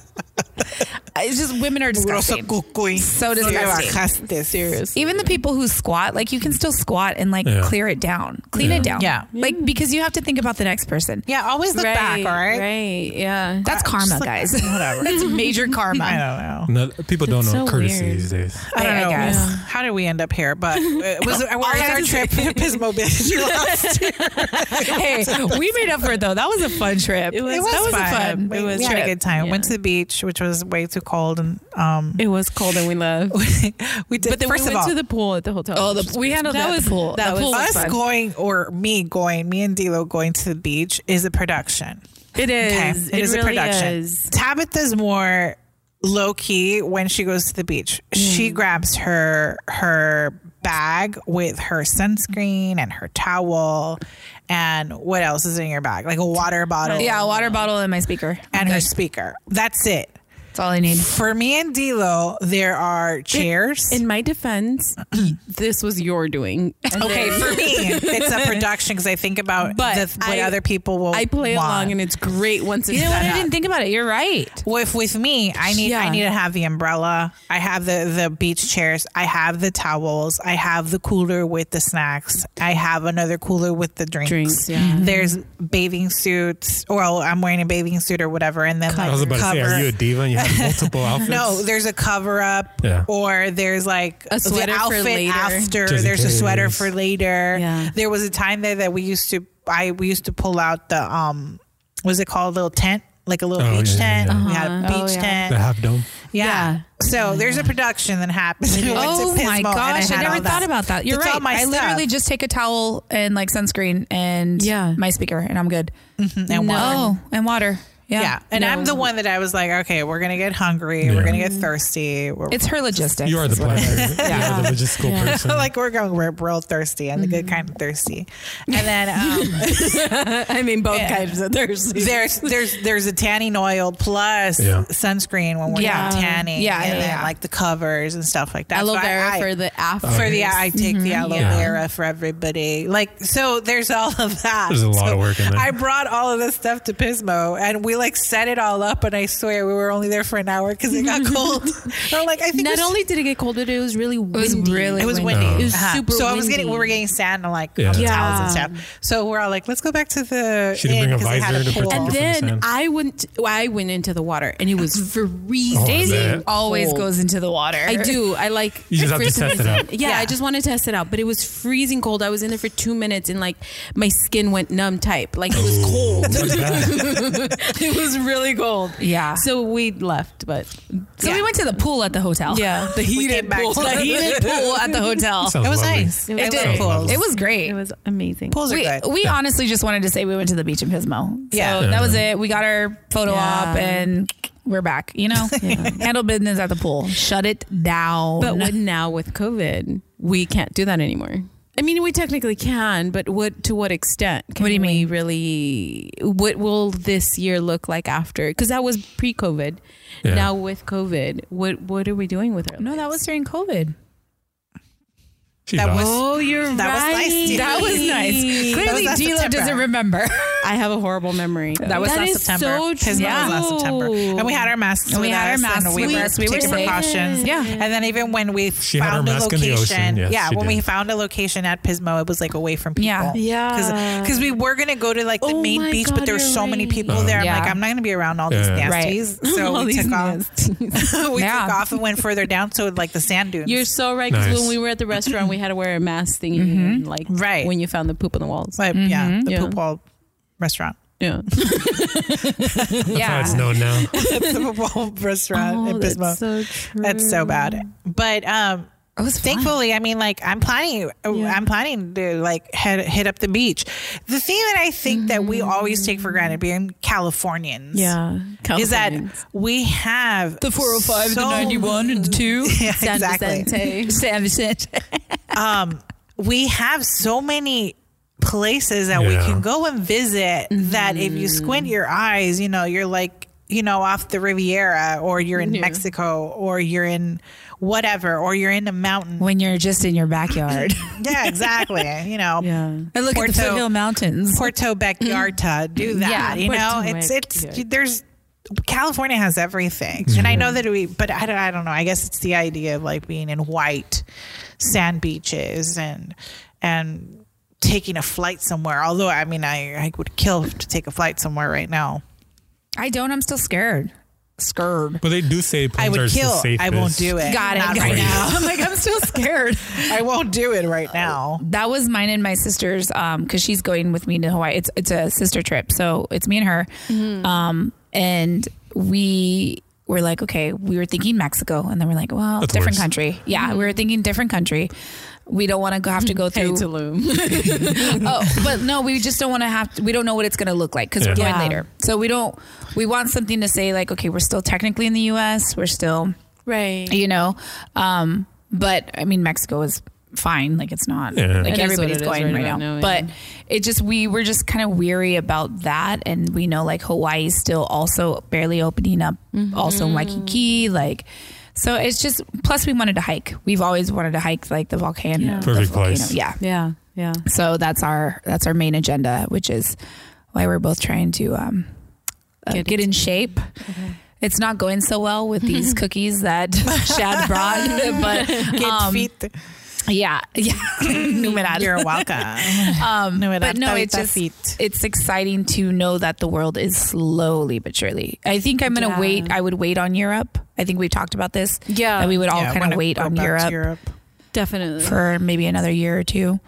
[SPEAKER 4] it's just women are disgusting. So
[SPEAKER 1] So
[SPEAKER 4] disgusting.
[SPEAKER 1] Serious.
[SPEAKER 4] Even the people who squat, like you can still squat and like
[SPEAKER 3] Yeah.
[SPEAKER 4] clear it down, clean
[SPEAKER 3] Yeah.
[SPEAKER 4] it down.
[SPEAKER 1] Yeah.
[SPEAKER 4] Like because you have to think about the next person.
[SPEAKER 1] Yeah, always look
[SPEAKER 2] right,
[SPEAKER 1] back, all right?
[SPEAKER 2] Right. Yeah.
[SPEAKER 4] That's
[SPEAKER 1] Just
[SPEAKER 4] karma,
[SPEAKER 1] look back.
[SPEAKER 4] guys.
[SPEAKER 1] Whatever.
[SPEAKER 4] [laughs] That's
[SPEAKER 2] [laughs]
[SPEAKER 4] major karma.
[SPEAKER 1] I don't know.
[SPEAKER 3] No, people don't
[SPEAKER 2] That's
[SPEAKER 3] know
[SPEAKER 2] so
[SPEAKER 3] courtesy
[SPEAKER 2] weird.
[SPEAKER 3] these days.
[SPEAKER 1] I don't
[SPEAKER 4] Yeah, I
[SPEAKER 1] know.
[SPEAKER 4] guess. Yeah.
[SPEAKER 1] How did we end up here? But [laughs] uh, was, where was our trip [laughs] to Pismo Beach last year?
[SPEAKER 4] hey, we made up for it though.
[SPEAKER 2] [laughs]
[SPEAKER 4] That was a fun trip.
[SPEAKER 2] It was-
[SPEAKER 4] that was a fun.
[SPEAKER 1] We,
[SPEAKER 4] it was
[SPEAKER 1] we had a good time. Went to the beach, which was way too cold, and um,
[SPEAKER 2] It was cold and we left.
[SPEAKER 1] we did.
[SPEAKER 2] [laughs] But then
[SPEAKER 1] first
[SPEAKER 2] we
[SPEAKER 1] of
[SPEAKER 2] went
[SPEAKER 1] all,
[SPEAKER 2] to the pool at the hotel.
[SPEAKER 4] Oh, the-
[SPEAKER 2] which was
[SPEAKER 4] we
[SPEAKER 2] great.
[SPEAKER 4] handled that at the pool.
[SPEAKER 2] That
[SPEAKER 4] The
[SPEAKER 2] was
[SPEAKER 4] pool was
[SPEAKER 1] us
[SPEAKER 4] fun.
[SPEAKER 1] going or me going, me and Dilo going to the beach is a production.
[SPEAKER 2] It is.
[SPEAKER 1] it is
[SPEAKER 2] really
[SPEAKER 1] a production.
[SPEAKER 2] Is.
[SPEAKER 1] Tabitha's more low key when she goes to the beach. She
[SPEAKER 2] Mm.
[SPEAKER 1] grabs her her bag with her sunscreen and her towel and what else is in your bag? Like a water bottle.
[SPEAKER 4] Yeah, a water bottle and my speaker.
[SPEAKER 1] And her
[SPEAKER 4] Good.
[SPEAKER 1] speaker. That's it.
[SPEAKER 4] That's all I need.
[SPEAKER 1] For me and Dilo, there are chairs.
[SPEAKER 2] In my
[SPEAKER 4] [clears throat]
[SPEAKER 2] defense, this was your doing. [laughs]
[SPEAKER 1] okay, for me, it's a production because I think about
[SPEAKER 2] But
[SPEAKER 1] the, what
[SPEAKER 2] I-
[SPEAKER 1] other people will.
[SPEAKER 2] I play
[SPEAKER 1] want.
[SPEAKER 2] along and it's great once it's
[SPEAKER 4] You know what?
[SPEAKER 2] set
[SPEAKER 4] I
[SPEAKER 2] up.
[SPEAKER 4] didn't think about it. You're right.
[SPEAKER 1] with with me i need i
[SPEAKER 2] Yeah.
[SPEAKER 1] need to have the umbrella i have the the beach chairs i have the towels i have the cooler with the snacks i have another cooler with the drinks,
[SPEAKER 2] Drinks, yeah.
[SPEAKER 1] there's bathing suits well i'm wearing a bathing suit or whatever and then
[SPEAKER 3] I was
[SPEAKER 1] like
[SPEAKER 3] about
[SPEAKER 1] cover
[SPEAKER 3] to say, are you a diva? And you
[SPEAKER 1] [laughs]
[SPEAKER 3] have multiple outfits.
[SPEAKER 1] no, there's a cover up,
[SPEAKER 3] Yeah.
[SPEAKER 1] or there's like
[SPEAKER 2] A sweater
[SPEAKER 1] the
[SPEAKER 2] for
[SPEAKER 1] outfit
[SPEAKER 2] later.
[SPEAKER 1] after.
[SPEAKER 3] Just in
[SPEAKER 1] There's a sweater
[SPEAKER 3] case.
[SPEAKER 1] for later.
[SPEAKER 2] Yeah.
[SPEAKER 1] There was a time there that we used to I we used to pull out the um, was it called a little tent, like a little
[SPEAKER 3] Oh,
[SPEAKER 1] beach
[SPEAKER 3] yeah, yeah,
[SPEAKER 1] tent.
[SPEAKER 3] yeah.
[SPEAKER 1] We had a
[SPEAKER 2] Uh-huh. Oh,
[SPEAKER 1] beach
[SPEAKER 2] yeah.
[SPEAKER 1] tent.
[SPEAKER 3] the half dome.
[SPEAKER 1] Yeah.
[SPEAKER 2] Yeah.
[SPEAKER 1] So there's a production that happened. [laughs] We went to
[SPEAKER 4] Oh
[SPEAKER 1] Pismo
[SPEAKER 4] my
[SPEAKER 1] and it
[SPEAKER 4] gosh, I
[SPEAKER 1] had
[SPEAKER 4] never
[SPEAKER 1] all
[SPEAKER 4] thought about that. You're
[SPEAKER 1] That's all
[SPEAKER 4] right.
[SPEAKER 1] my
[SPEAKER 4] I literally
[SPEAKER 1] stuff.
[SPEAKER 4] just take a towel and like sunscreen and
[SPEAKER 2] Yeah.
[SPEAKER 4] my speaker and I'm good.
[SPEAKER 1] and water.
[SPEAKER 4] Oh, and water. Yeah.
[SPEAKER 1] Yeah, and I'm the one that I was like, okay, we're gonna get hungry, we're
[SPEAKER 3] Yeah.
[SPEAKER 1] gonna get thirsty, we're
[SPEAKER 4] It's her logistics.
[SPEAKER 3] You are the
[SPEAKER 4] is what it
[SPEAKER 3] planner.
[SPEAKER 4] is.
[SPEAKER 3] You are the logistical person.
[SPEAKER 1] [laughs] like we're going, we're real thirsty and the good kind of thirsty, and then
[SPEAKER 4] [laughs]
[SPEAKER 1] um,
[SPEAKER 2] [laughs] I mean, both kinds of there's [laughs]
[SPEAKER 1] there's there's there's a tanning oil plus
[SPEAKER 3] Yeah.
[SPEAKER 1] sunscreen when we're
[SPEAKER 4] Yeah.
[SPEAKER 1] not tanning.
[SPEAKER 4] Yeah,
[SPEAKER 1] and
[SPEAKER 4] yeah,
[SPEAKER 1] then
[SPEAKER 4] yeah.
[SPEAKER 1] like the covers and stuff like that.
[SPEAKER 2] aloe
[SPEAKER 1] So I-
[SPEAKER 2] vera
[SPEAKER 1] I-
[SPEAKER 2] for the after.
[SPEAKER 1] for the I take the
[SPEAKER 2] Mm-hmm.
[SPEAKER 1] aloe
[SPEAKER 3] Yeah.
[SPEAKER 1] vera for everybody. Like so, there's all of that.
[SPEAKER 3] There's a lot
[SPEAKER 1] So
[SPEAKER 3] of work in there.
[SPEAKER 1] I brought all of this stuff to Pismo, and we like set it all up. And I swear we were only there for an hour because it
[SPEAKER 2] [laughs]
[SPEAKER 1] got cold. [laughs] I'm like, I think we
[SPEAKER 2] Not
[SPEAKER 1] should-
[SPEAKER 2] only did it get colder, it was really windy. Uh-huh.
[SPEAKER 4] was really
[SPEAKER 1] it was windy.
[SPEAKER 4] windy.
[SPEAKER 1] Uh-huh.
[SPEAKER 3] It
[SPEAKER 2] was super
[SPEAKER 1] So I was getting we
[SPEAKER 2] windy.
[SPEAKER 1] were getting sand and like
[SPEAKER 3] Yeah.
[SPEAKER 1] on the
[SPEAKER 2] Yeah.
[SPEAKER 1] towels and stuff. So we're all like, let's go back to the.
[SPEAKER 3] She didn't
[SPEAKER 1] inn
[SPEAKER 3] bring a
[SPEAKER 1] 'cause it had
[SPEAKER 3] visor to
[SPEAKER 1] pool.
[SPEAKER 3] protect
[SPEAKER 2] And
[SPEAKER 3] Off in the
[SPEAKER 2] then
[SPEAKER 3] sand.
[SPEAKER 2] I went. I went into the water, and it [laughs] was freezing.
[SPEAKER 3] Oh, I
[SPEAKER 4] Daisy
[SPEAKER 3] bet.
[SPEAKER 4] always
[SPEAKER 2] Cold.
[SPEAKER 4] goes into the water.
[SPEAKER 2] I do. I like.
[SPEAKER 3] You just have to
[SPEAKER 2] for some
[SPEAKER 3] test it
[SPEAKER 2] reason-
[SPEAKER 3] out.
[SPEAKER 2] Yeah,
[SPEAKER 1] Yeah.
[SPEAKER 2] I just want to test it out. But it was freezing cold. I was in there for two minutes, and like my skin went numb. Type like it was
[SPEAKER 1] [laughs]
[SPEAKER 2] cold.
[SPEAKER 3] What's that?
[SPEAKER 2] [laughs]
[SPEAKER 3] Oh.
[SPEAKER 2] it was really cold.
[SPEAKER 4] Yeah.
[SPEAKER 2] So we left, but
[SPEAKER 4] So we went to the pool at the hotel.
[SPEAKER 2] yeah, [laughs] the
[SPEAKER 1] came back to
[SPEAKER 4] the heated pool at the hotel.
[SPEAKER 3] Sounds
[SPEAKER 1] It was
[SPEAKER 3] lovely.
[SPEAKER 1] nice.
[SPEAKER 2] It
[SPEAKER 1] I
[SPEAKER 2] did.
[SPEAKER 1] love pools.
[SPEAKER 4] It was great.
[SPEAKER 2] [laughs] It was amazing.
[SPEAKER 1] pools are
[SPEAKER 4] we,
[SPEAKER 1] good.
[SPEAKER 4] we honestly just wanted to say we went to the beach in Pismo. So
[SPEAKER 1] Yeah.
[SPEAKER 4] that was it. We got our photo
[SPEAKER 2] Yeah.
[SPEAKER 4] op and we're back. You [laughs] know, handle business at the pool. Shut it down.
[SPEAKER 2] But
[SPEAKER 4] [laughs]
[SPEAKER 2] with now with COVID, we can't do that anymore. I mean, we technically can, but what to what extent? Can
[SPEAKER 4] What do you
[SPEAKER 2] we
[SPEAKER 4] mean?
[SPEAKER 2] Really, what will this year look like after? Because that was pre-COVID.
[SPEAKER 3] Yeah.
[SPEAKER 2] Now with COVID, what what are we doing with our
[SPEAKER 4] no, that was during COVID.
[SPEAKER 3] She
[SPEAKER 1] That
[SPEAKER 3] vibes.
[SPEAKER 1] was-
[SPEAKER 2] Oh, you're
[SPEAKER 1] That was nice,
[SPEAKER 2] right.
[SPEAKER 1] dude.
[SPEAKER 4] That was nice.
[SPEAKER 1] That was
[SPEAKER 4] Clearly,
[SPEAKER 1] last
[SPEAKER 4] Dilo
[SPEAKER 1] September.
[SPEAKER 4] [laughs] doesn't remember.
[SPEAKER 2] I have a horrible memory.
[SPEAKER 1] That was last
[SPEAKER 2] is
[SPEAKER 1] September.
[SPEAKER 2] So true.
[SPEAKER 1] His mom was last September, and we had our masks.
[SPEAKER 4] And we
[SPEAKER 1] with
[SPEAKER 4] had our
[SPEAKER 1] us,
[SPEAKER 4] masks
[SPEAKER 1] and we
[SPEAKER 4] with
[SPEAKER 1] were
[SPEAKER 4] us. We were
[SPEAKER 1] taking
[SPEAKER 4] safe.
[SPEAKER 1] precautions.
[SPEAKER 4] Yeah.
[SPEAKER 1] and then even when we
[SPEAKER 3] She had her
[SPEAKER 1] found a
[SPEAKER 3] mask in the
[SPEAKER 1] location,
[SPEAKER 3] ocean. Yes,
[SPEAKER 1] yeah,
[SPEAKER 3] she
[SPEAKER 1] when we
[SPEAKER 3] did.
[SPEAKER 1] found a location at Pismo, it was like away from people.
[SPEAKER 4] Yeah.
[SPEAKER 2] Yeah.
[SPEAKER 1] because we were gonna go to like the
[SPEAKER 2] Oh
[SPEAKER 1] main
[SPEAKER 2] my
[SPEAKER 1] beach, but
[SPEAKER 2] God,
[SPEAKER 1] there were
[SPEAKER 2] you're
[SPEAKER 1] so many
[SPEAKER 2] right.
[SPEAKER 1] people there.
[SPEAKER 4] Yeah.
[SPEAKER 1] I'm like, I'm not gonna be around all these
[SPEAKER 3] Yeah.
[SPEAKER 4] Right. [laughs]
[SPEAKER 1] nasties. So
[SPEAKER 2] [laughs] All
[SPEAKER 1] we
[SPEAKER 2] these
[SPEAKER 1] took
[SPEAKER 2] [laughs]
[SPEAKER 1] off. [laughs] we
[SPEAKER 4] Yeah.
[SPEAKER 1] took off and went further down to like the sand dunes.
[SPEAKER 2] You're so right. Because
[SPEAKER 3] Nice.
[SPEAKER 2] when we were at the restaurant, we had to wear a mask thing,
[SPEAKER 1] Mm-hmm.
[SPEAKER 2] like
[SPEAKER 1] Right.
[SPEAKER 2] when you found the poop on the walls.
[SPEAKER 1] But,
[SPEAKER 4] Mm-hmm.
[SPEAKER 1] yeah, the
[SPEAKER 2] Yeah.
[SPEAKER 1] poop wall restaurant. [laughs]
[SPEAKER 2] [laughs] Yeah.
[SPEAKER 3] How
[SPEAKER 4] yeah.
[SPEAKER 3] it's known now.
[SPEAKER 1] It's the poop wall restaurant
[SPEAKER 4] Oh,
[SPEAKER 1] in Pismo.
[SPEAKER 2] Oh, that's so true.
[SPEAKER 1] That's so bad. But um
[SPEAKER 4] It was fun.
[SPEAKER 1] thankfully, I mean like I'm planning uh,
[SPEAKER 2] Yeah.
[SPEAKER 1] I'm planning to like head hit up the beach. The thing that I think that we always take for granted being Californians.
[SPEAKER 2] Yeah.
[SPEAKER 1] Is that we have the
[SPEAKER 4] 405, the 91,
[SPEAKER 1] and
[SPEAKER 4] [laughs]
[SPEAKER 1] 2. Yeah, exactly.
[SPEAKER 4] Sam said-
[SPEAKER 1] we have so many places that we
[SPEAKER 3] Yeah.
[SPEAKER 1] can go and visit that if you squint your eyes, you know, you're like, you know, off the Riviera or you're in Mexico or you're in whatever or you're in a mountain.
[SPEAKER 4] when you're just in your backyard.
[SPEAKER 1] Yeah, exactly. you know,
[SPEAKER 2] Yeah.
[SPEAKER 4] [laughs] I look at the
[SPEAKER 1] Puerto-
[SPEAKER 4] Foothill Mountains.
[SPEAKER 1] Porto Backyarta, do that.
[SPEAKER 2] Yeah,
[SPEAKER 1] you know,
[SPEAKER 2] Puerto
[SPEAKER 1] it's it's
[SPEAKER 2] Vallarta.
[SPEAKER 1] there's California has everything, and I know that we, but I don't, I don't know. I guess it's the idea of like being in white sand beaches and and taking a flight somewhere. Although I mean, I I would kill to take a flight somewhere right now.
[SPEAKER 4] I don't. I'm still scared. Scared.
[SPEAKER 3] But they do say palms
[SPEAKER 1] I
[SPEAKER 3] are
[SPEAKER 1] would
[SPEAKER 3] the
[SPEAKER 1] kill.
[SPEAKER 3] safest.
[SPEAKER 1] I won't do it.
[SPEAKER 4] Got it.
[SPEAKER 1] Not
[SPEAKER 4] Got
[SPEAKER 1] right
[SPEAKER 4] it.
[SPEAKER 1] now.
[SPEAKER 4] [laughs] I'm like, I'm still [laughs] scared.
[SPEAKER 1] I won't do it right now.
[SPEAKER 4] that was mine and my sister's um because she's going with me to hawaii it's it's a sister trip so it's me and her um and we were like okay we were thinking mexico and then we're like well
[SPEAKER 3] That's
[SPEAKER 4] different
[SPEAKER 3] worse.
[SPEAKER 4] country yeah we were thinking different country we don't want to have to go
[SPEAKER 2] [laughs]
[SPEAKER 4] through
[SPEAKER 2] Tulum.
[SPEAKER 4] oh, but no, we just don't want to have. To, we don't know what it's going to look like because we're
[SPEAKER 3] Yeah.
[SPEAKER 4] going
[SPEAKER 2] Yeah.
[SPEAKER 4] later. So we don't. We want something to say like, okay, we're still technically in the U.S. We're still,
[SPEAKER 2] right.
[SPEAKER 4] you know, um, but I mean, Mexico is fine. Like it's not
[SPEAKER 3] Yeah. It
[SPEAKER 4] like
[SPEAKER 2] is
[SPEAKER 4] everybody's
[SPEAKER 2] what it is
[SPEAKER 4] going
[SPEAKER 2] right
[SPEAKER 4] right,
[SPEAKER 2] about
[SPEAKER 4] now.
[SPEAKER 2] now, yeah.
[SPEAKER 4] But it just we were just kind of weary about that, and we know like Hawaii is still also barely opening up,
[SPEAKER 2] Mm-hmm.
[SPEAKER 4] also in Waikiki, like. So it's just plus we wanted to hike. We've always wanted to hike like the volcano.
[SPEAKER 2] Yeah.
[SPEAKER 4] the
[SPEAKER 3] Perfect place.
[SPEAKER 4] volcano. Yeah.
[SPEAKER 2] Yeah. Yeah.
[SPEAKER 4] So that's our that's our main agenda, which is why we're both trying to um, uh,
[SPEAKER 2] Get
[SPEAKER 4] get, in shape. It's not going so well with these cookies that Shad brought, but
[SPEAKER 1] Get
[SPEAKER 4] um,
[SPEAKER 1] feet.
[SPEAKER 4] yeah, yeah, numerad.
[SPEAKER 1] You're welcome.
[SPEAKER 4] Um,
[SPEAKER 1] [laughs] No,
[SPEAKER 4] [laughs] but no,
[SPEAKER 1] that-
[SPEAKER 4] it's
[SPEAKER 1] that
[SPEAKER 4] just
[SPEAKER 1] feet.
[SPEAKER 4] it's exciting to know that the world is slowly but surely. I think I'm gonna
[SPEAKER 2] Yeah.
[SPEAKER 4] wait. I would wait on Europe. I think we've talked about this.
[SPEAKER 2] Yeah.
[SPEAKER 4] that we would all
[SPEAKER 1] Yeah, I
[SPEAKER 4] kind
[SPEAKER 1] wanna
[SPEAKER 4] of wait
[SPEAKER 1] go
[SPEAKER 4] on
[SPEAKER 1] back to
[SPEAKER 4] Europe
[SPEAKER 1] Europe.
[SPEAKER 2] Definitely.
[SPEAKER 4] for maybe another year or two.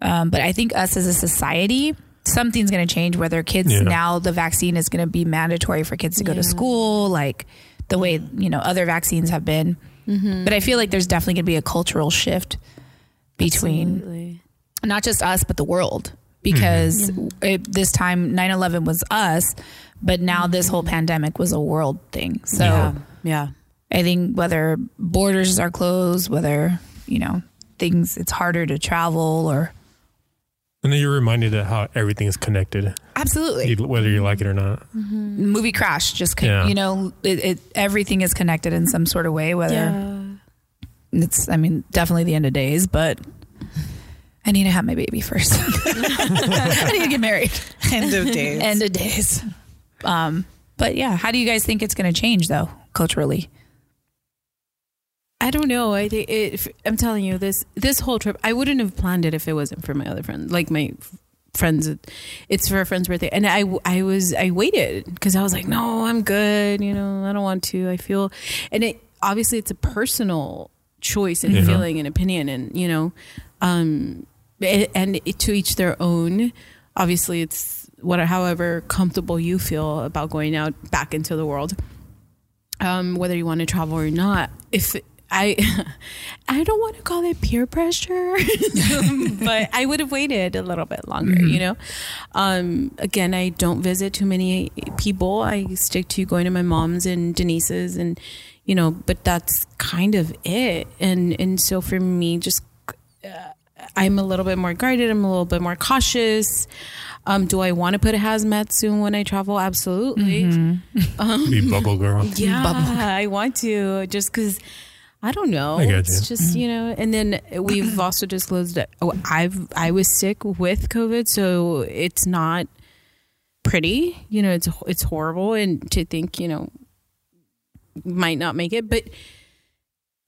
[SPEAKER 4] Um, but I think us as a society, something's going to change. Whether kids
[SPEAKER 3] Yeah.
[SPEAKER 4] now the vaccine is going to be mandatory for kids to go
[SPEAKER 2] Yeah.
[SPEAKER 4] to school, like the way you know other vaccines have been.
[SPEAKER 2] Mm-hmm.
[SPEAKER 4] But I feel like there's definitely going to be a cultural shift between
[SPEAKER 2] Absolutely.
[SPEAKER 4] not just us but the world because
[SPEAKER 2] Mm-hmm.
[SPEAKER 4] it, this time 9-11 was us but
[SPEAKER 2] Mm-hmm.
[SPEAKER 4] now this whole pandemic was a world thing so
[SPEAKER 2] Yeah.
[SPEAKER 4] I think whether borders are closed, whether you know things, it's harder to travel or
[SPEAKER 3] And then you're reminded of how everything is connected,
[SPEAKER 4] absolutely.
[SPEAKER 3] you- whether you like it or not.
[SPEAKER 2] Mm-hmm.
[SPEAKER 4] Movie crash, just con-
[SPEAKER 3] Yeah.
[SPEAKER 4] you know, it, it everything is connected in some sort of way. Whether it's, I mean, definitely the end of days, but I need to have my baby first. [laughs] I need to get married.
[SPEAKER 1] End of
[SPEAKER 2] [laughs]
[SPEAKER 1] days.
[SPEAKER 4] End of days. Um, but yeah, how do you guys think it's going to change though culturally?
[SPEAKER 2] I don't know. I think it, I'm telling you this this whole trip. I wouldn't have planned it if it wasn't for my other friend, like my f- friends. It's for a friend's birthday, and I I was I waited because I was like, no, I'm good. You know, I don't want to. I feel, and it obviously it's a personal choice and
[SPEAKER 3] Yeah.
[SPEAKER 2] feeling and opinion, and you know, um, a- and it, to each their own. Obviously, it's what however comfortable you feel about going out back into the world um, whether you want to travel or not. If I, [laughs] I don't want to call it peer pressure, [laughs] but I would have waited a little bit longer. You know, um, again, I don't visit too many people. I stick to going to my mom's and Denise's, and you know, but that's kind of it. And and so for me, just uh, I'm a little bit more guarded. I'm a little bit more cautious. Um, do I want to put a hazmat soon when I travel? Absolutely.
[SPEAKER 3] Be bubble
[SPEAKER 4] [laughs]
[SPEAKER 3] girl.
[SPEAKER 2] Yeah, I want to just because I don't know.
[SPEAKER 3] I got
[SPEAKER 2] it's
[SPEAKER 3] you.
[SPEAKER 2] just you know, and then we've also disclosed that oh, I've I was sick with COVID, so it's not pretty. You know, it's it's horrible, and to think you know might not make it, but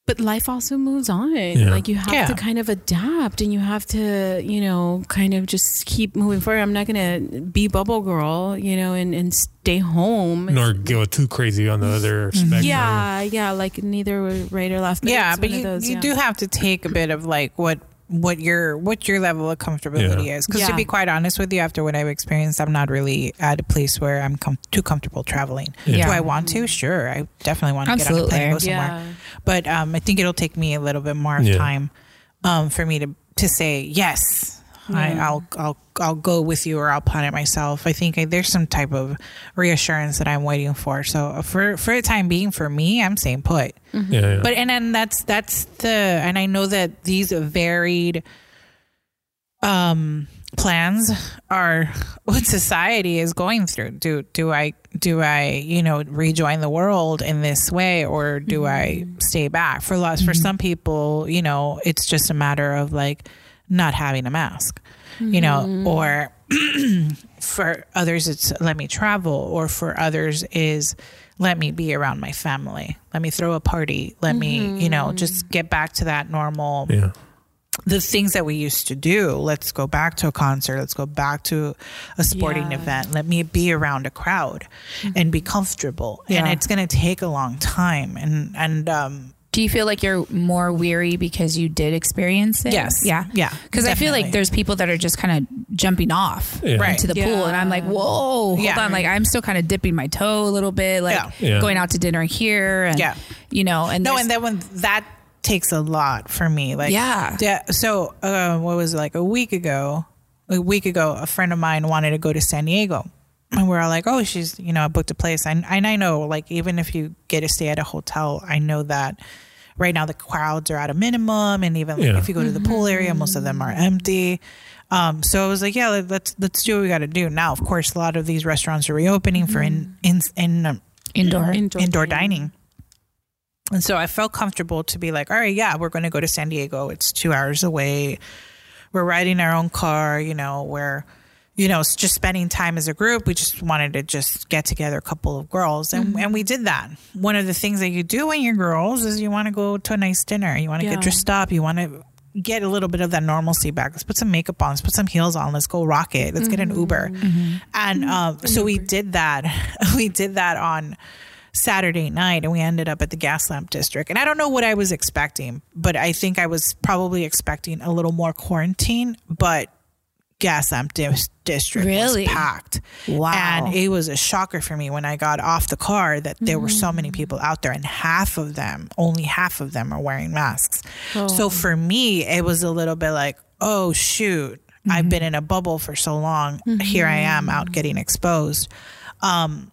[SPEAKER 2] but life also moves on.
[SPEAKER 3] Yeah.
[SPEAKER 2] Like you have
[SPEAKER 1] Yeah.
[SPEAKER 2] to kind of adapt, and you have to you know kind of just keep moving forward. I'm not gonna be bubble girl, you know, and and stay home.
[SPEAKER 3] nor go too crazy on the other
[SPEAKER 4] Mm-hmm.
[SPEAKER 3] spectrum.
[SPEAKER 2] yeah, yeah, like neither were right or left.
[SPEAKER 1] yeah,
[SPEAKER 2] it's
[SPEAKER 1] but
[SPEAKER 2] one of
[SPEAKER 1] you,
[SPEAKER 2] those,
[SPEAKER 1] you
[SPEAKER 2] yeah.
[SPEAKER 1] do have to take a bit of like what what your what your level of comfortability
[SPEAKER 3] Yeah.
[SPEAKER 1] is. Because
[SPEAKER 2] Yeah.
[SPEAKER 1] to be quite honest with you, after what I've experienced, I'm not really at a place where I'm com- too comfortable traveling.
[SPEAKER 3] Yeah.
[SPEAKER 1] Do I want to? Sure, I definitely want to get on a plane and go
[SPEAKER 4] Absolutely.
[SPEAKER 1] somewhere.
[SPEAKER 2] Yeah.
[SPEAKER 1] But um, I think it'll take me a little bit more of
[SPEAKER 3] Yeah.
[SPEAKER 1] time um, for me to to say yes. I, I'll I'll I'll go with you, or I'll plan it myself. I think I, there's some type of reassurance that I'm waiting for. So uh, for for the time being, for me, I'm saying put.
[SPEAKER 3] Yeah, yeah.
[SPEAKER 1] But and then that's that's the and I know that these varied um plans are what society is going through. Do do I do I, you know, rejoin the world in this way or do I stay back? For lots for some people, you know, it's just a matter of like not having a mask. You know, or [clears throat] for others it's let me travel or for others is let me be around my family let me throw a party let me you know just get back to that normal
[SPEAKER 3] yeah.
[SPEAKER 1] the things that we used to do let's go back to a concert let's go back to a sporting
[SPEAKER 2] Yeah.
[SPEAKER 1] event let me be around a crowd and be comfortable and
[SPEAKER 4] Yeah.
[SPEAKER 1] it's going to take a long time and and um
[SPEAKER 4] Do you feel like you're more weary because you did experience it?
[SPEAKER 1] Yes.
[SPEAKER 4] Yeah.
[SPEAKER 1] Yeah,
[SPEAKER 4] Because I feel
[SPEAKER 1] definitely.
[SPEAKER 4] like there's people that are just kind of jumping off
[SPEAKER 3] Yeah.
[SPEAKER 1] Right.
[SPEAKER 4] into the pool, and I'm like, whoa, hold
[SPEAKER 1] Yeah.
[SPEAKER 4] on. Like, I'm still kind of dipping my toe a little bit, like
[SPEAKER 1] Yeah.
[SPEAKER 3] Yeah.
[SPEAKER 4] going out to dinner here. And,
[SPEAKER 1] Yeah.
[SPEAKER 4] You know, and
[SPEAKER 1] no
[SPEAKER 4] there's-
[SPEAKER 1] and then when that takes a lot for me like
[SPEAKER 4] Yeah.
[SPEAKER 1] yeah so uh, what was it like a week ago a week ago a friend of mine wanted to go to san diego and we're all like oh she's you know I booked a place and, and i know like even if you get to stay at a hotel i know that right now the crowds are at a minimum and even like,
[SPEAKER 3] Yeah.
[SPEAKER 1] if you go to the
[SPEAKER 4] Mm-hmm.
[SPEAKER 1] pool area most of them are empty um, so I was like, yeah, let- let's let's do what we got to do now. Of course, a lot of these restaurants are reopening for in
[SPEAKER 4] Mm-hmm.
[SPEAKER 1] in in um,
[SPEAKER 4] indoor.
[SPEAKER 2] Indoor
[SPEAKER 1] indoor dining. And so I felt comfortable to be like, all right, yeah, we're going to go to San Diego. It's two hours away. We're riding our own car, you know, we're, you know, s- just spending time as a group. We just wanted to just get together a couple of girls. And,
[SPEAKER 2] Mm-hmm.
[SPEAKER 1] and we did that. One of the things that you do when you're girls is you want to go to a nice dinner. You want to
[SPEAKER 2] Yeah.
[SPEAKER 1] get dressed up. You want to get a little bit of that normalcy back. Let's put some makeup on. Let's put some heels on. Let's go rock it. Let's get an
[SPEAKER 2] Mm-hmm.
[SPEAKER 1] Uber. And um, so we did that. [laughs] we did that on Saturday night and we ended up at the gas lamp district. And I don't know what I was expecting, but I think I was probably expecting a little more quarantine, but gas lamp dis- district
[SPEAKER 4] Really?
[SPEAKER 1] was packed.
[SPEAKER 4] Wow.
[SPEAKER 1] And it was a shocker for me when I got off the car that there were so
[SPEAKER 4] Mm.
[SPEAKER 1] many people out there and half of them, only half of them are wearing masks.
[SPEAKER 4] Oh.
[SPEAKER 1] So for me, it was a little bit like, oh shoot,
[SPEAKER 4] Mm-hmm.
[SPEAKER 1] I've been in a bubble for so long. Here I am out getting exposed Um,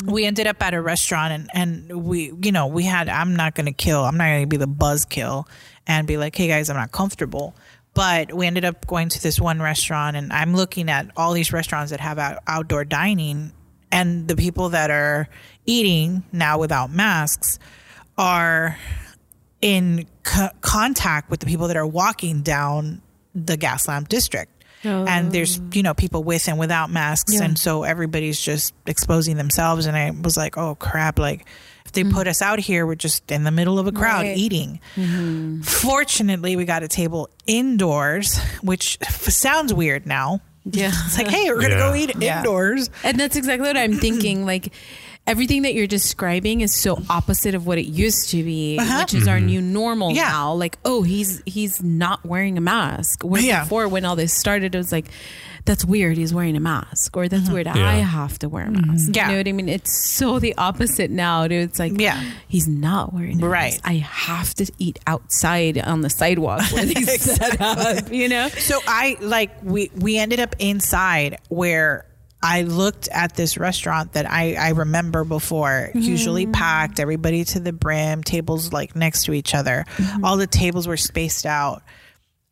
[SPEAKER 1] Mm-hmm. we ended up at a restaurant and, and we you know we had i'm not gonna kill i'm not gonna be the buzz kill and be like hey guys i'm not comfortable but we ended up going to this one restaurant and i'm looking at all these restaurants that have out- outdoor dining and the people that are eating now without masks are in co- contact with the people that are walking down the gas lamp district. And
[SPEAKER 4] Mm.
[SPEAKER 1] there's, you know, people with and without masks. And so everybody's just exposing themselves. And I was like, oh crap, like if they put us out here, we're just in the middle of a crowd
[SPEAKER 4] Mm. Right. Mm-hmm.
[SPEAKER 1] eating. Fortunately, we got a table indoors, which sounds weird now.
[SPEAKER 2] Yeah.
[SPEAKER 1] [laughs] It's like, hey, we're going to go
[SPEAKER 3] Yeah.
[SPEAKER 1] eat
[SPEAKER 4] Yeah.
[SPEAKER 1] indoors.
[SPEAKER 2] And that's exactly what I'm
[SPEAKER 1] [clears throat]
[SPEAKER 2] thinking. Like everything that you're describing is so opposite of what it used to be, which is our new normal
[SPEAKER 1] Uh-huh. Yeah.
[SPEAKER 2] now. Like, oh, he's he's not wearing a mask. Where
[SPEAKER 1] Yeah.
[SPEAKER 2] before when all this started, it was like, that's weird. He's wearing a mask, or that's weird. I
[SPEAKER 3] Yeah.
[SPEAKER 2] have to wear a mask.
[SPEAKER 1] Mm-hmm. Yeah.
[SPEAKER 2] You know what I mean? It's so the opposite now, dude. It's like,
[SPEAKER 1] Yeah.
[SPEAKER 2] he's not wearing a
[SPEAKER 1] Right.
[SPEAKER 2] mask. I have to eat outside on the sidewalk where
[SPEAKER 1] [laughs]
[SPEAKER 2] they set up. You know?
[SPEAKER 1] So I like we we ended up inside where I looked at this restaurant that I I remember before, usually
[SPEAKER 2] Mm-hmm.
[SPEAKER 1] packed, everybody to the brim, tables like next to each other.
[SPEAKER 2] Mm-hmm.
[SPEAKER 1] All the tables were spaced out.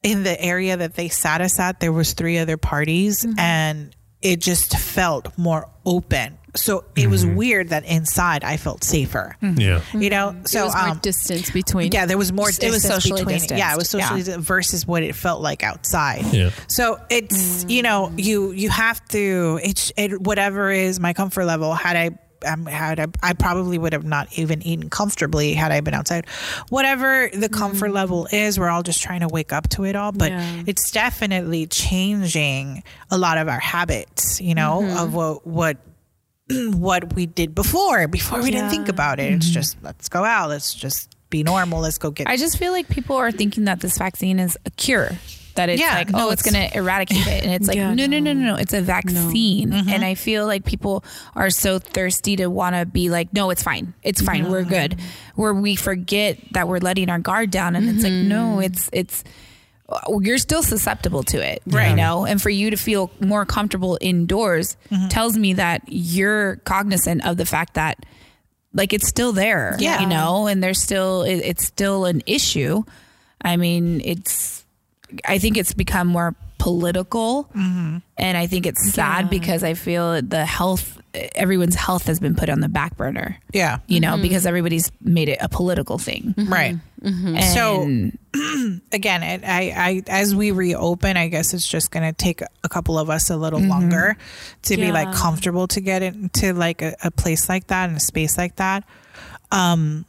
[SPEAKER 1] In the area that they sat
[SPEAKER 2] Mm-hmm.
[SPEAKER 1] us at, there was three other parties and it just felt more open So it was weird that inside I felt safer.
[SPEAKER 3] Yeah.
[SPEAKER 1] You know, so
[SPEAKER 2] there Mm-hmm. was more
[SPEAKER 1] um,
[SPEAKER 2] distance between.
[SPEAKER 1] yeah, there was more
[SPEAKER 4] It was
[SPEAKER 1] distance
[SPEAKER 4] socially
[SPEAKER 1] between it. Yeah, it was
[SPEAKER 4] distanced.
[SPEAKER 1] socially di- versus what it felt like outside.
[SPEAKER 3] Yeah.
[SPEAKER 1] So it's you know you you have to it's it whatever is my comfort level had I. Um, had I, I probably would have not even eaten comfortably had I been outside. Whatever the comfort
[SPEAKER 4] Mm.
[SPEAKER 1] level is, we're all just trying to wake up to it all. But
[SPEAKER 2] Yeah.
[SPEAKER 1] it's definitely changing a lot of our habits, you know,
[SPEAKER 4] Mm-hmm.
[SPEAKER 1] of what what what we did before. Before we didn't think
[SPEAKER 2] Yeah.
[SPEAKER 1] about it. It's just let's go out. Let's just be normal. Let's go get
[SPEAKER 4] I just feel like people are thinking that this vaccine is a cure. That it's
[SPEAKER 1] Yeah,
[SPEAKER 4] like,
[SPEAKER 1] no,
[SPEAKER 4] oh, it's,
[SPEAKER 1] it's-
[SPEAKER 4] going to eradicate it. And it's like,
[SPEAKER 2] Yeah,
[SPEAKER 4] no, no, no, no, no. It's a vaccine. And I feel like people are so thirsty to want to be like, no, it's fine. It's fine. We're good. Where we forget that we're letting our guard down. And it's like, no, it's, it's, you're still susceptible to it,
[SPEAKER 1] Right.
[SPEAKER 4] you know. And for you to feel more comfortable indoors
[SPEAKER 1] Mm-hmm.
[SPEAKER 4] tells me that you're cognizant of the fact that, like, it's still there,
[SPEAKER 1] Yeah.
[SPEAKER 4] you know, and there's still it, it's still an issue. I mean, it's I think it's become more political,
[SPEAKER 1] Mm-hmm.
[SPEAKER 4] and I think it's sad because I feel the health, everyone's health has been put on the back burner,
[SPEAKER 1] yeah.
[SPEAKER 4] you know, because everybody's made it a political thing.
[SPEAKER 1] Right.
[SPEAKER 4] And-
[SPEAKER 1] So again, it, I, I as we reopen, I guess it's just going to take a couple of us a little
[SPEAKER 4] Mm-hmm.
[SPEAKER 1] longer to be like
[SPEAKER 2] Yeah.
[SPEAKER 1] comfortable to get into like a, a place like that and a space like that. Um,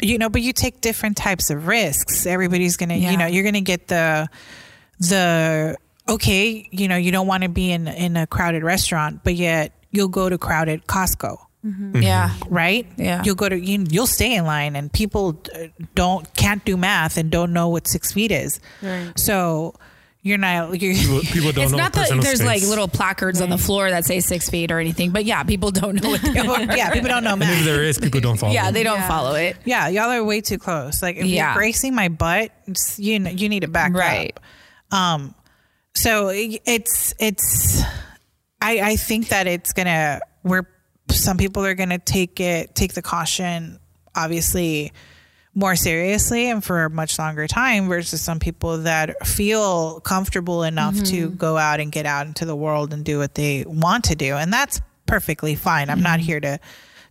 [SPEAKER 1] you know, but you take different types of risks. Everybody's going to,
[SPEAKER 4] Yeah.
[SPEAKER 1] you know, you're going to get the the okay, you know, you don't want to be in in a crowded restaurant, but yet you'll go to crowded Costco
[SPEAKER 4] yeah,
[SPEAKER 1] right?
[SPEAKER 4] Mm-hmm. Yeah.
[SPEAKER 1] You'll go to you, you'll stay in line, and people uh, don't can't do math and don't know what six feet is.
[SPEAKER 2] Right.
[SPEAKER 1] So you're not [laughs] you.
[SPEAKER 3] People, people don't
[SPEAKER 4] it's
[SPEAKER 3] know
[SPEAKER 4] not that
[SPEAKER 3] personal
[SPEAKER 4] there's
[SPEAKER 3] space.
[SPEAKER 4] like little placards
[SPEAKER 1] Mm.
[SPEAKER 4] on the floor that say six feet or anything, but yeah, people don't know
[SPEAKER 1] [laughs]
[SPEAKER 4] what they are.
[SPEAKER 1] yeah, people don't know
[SPEAKER 3] And if
[SPEAKER 1] math.
[SPEAKER 3] there is, people don't follow.
[SPEAKER 4] yeah, they don't
[SPEAKER 2] Yeah.
[SPEAKER 4] follow it.
[SPEAKER 1] Yeah, y'all are way too close. Like if
[SPEAKER 4] Yeah.
[SPEAKER 1] you're bracing my butt, it's- you kn- you need to back
[SPEAKER 4] Right.
[SPEAKER 1] up. Um, so it- it's it's I I think that it's gonna where some people are gonna take it take the caution obviously more seriously and for a much longer time versus some people that feel comfortable enough to go out and get out into the world and do what they want to do and that's perfectly fine i'm not here to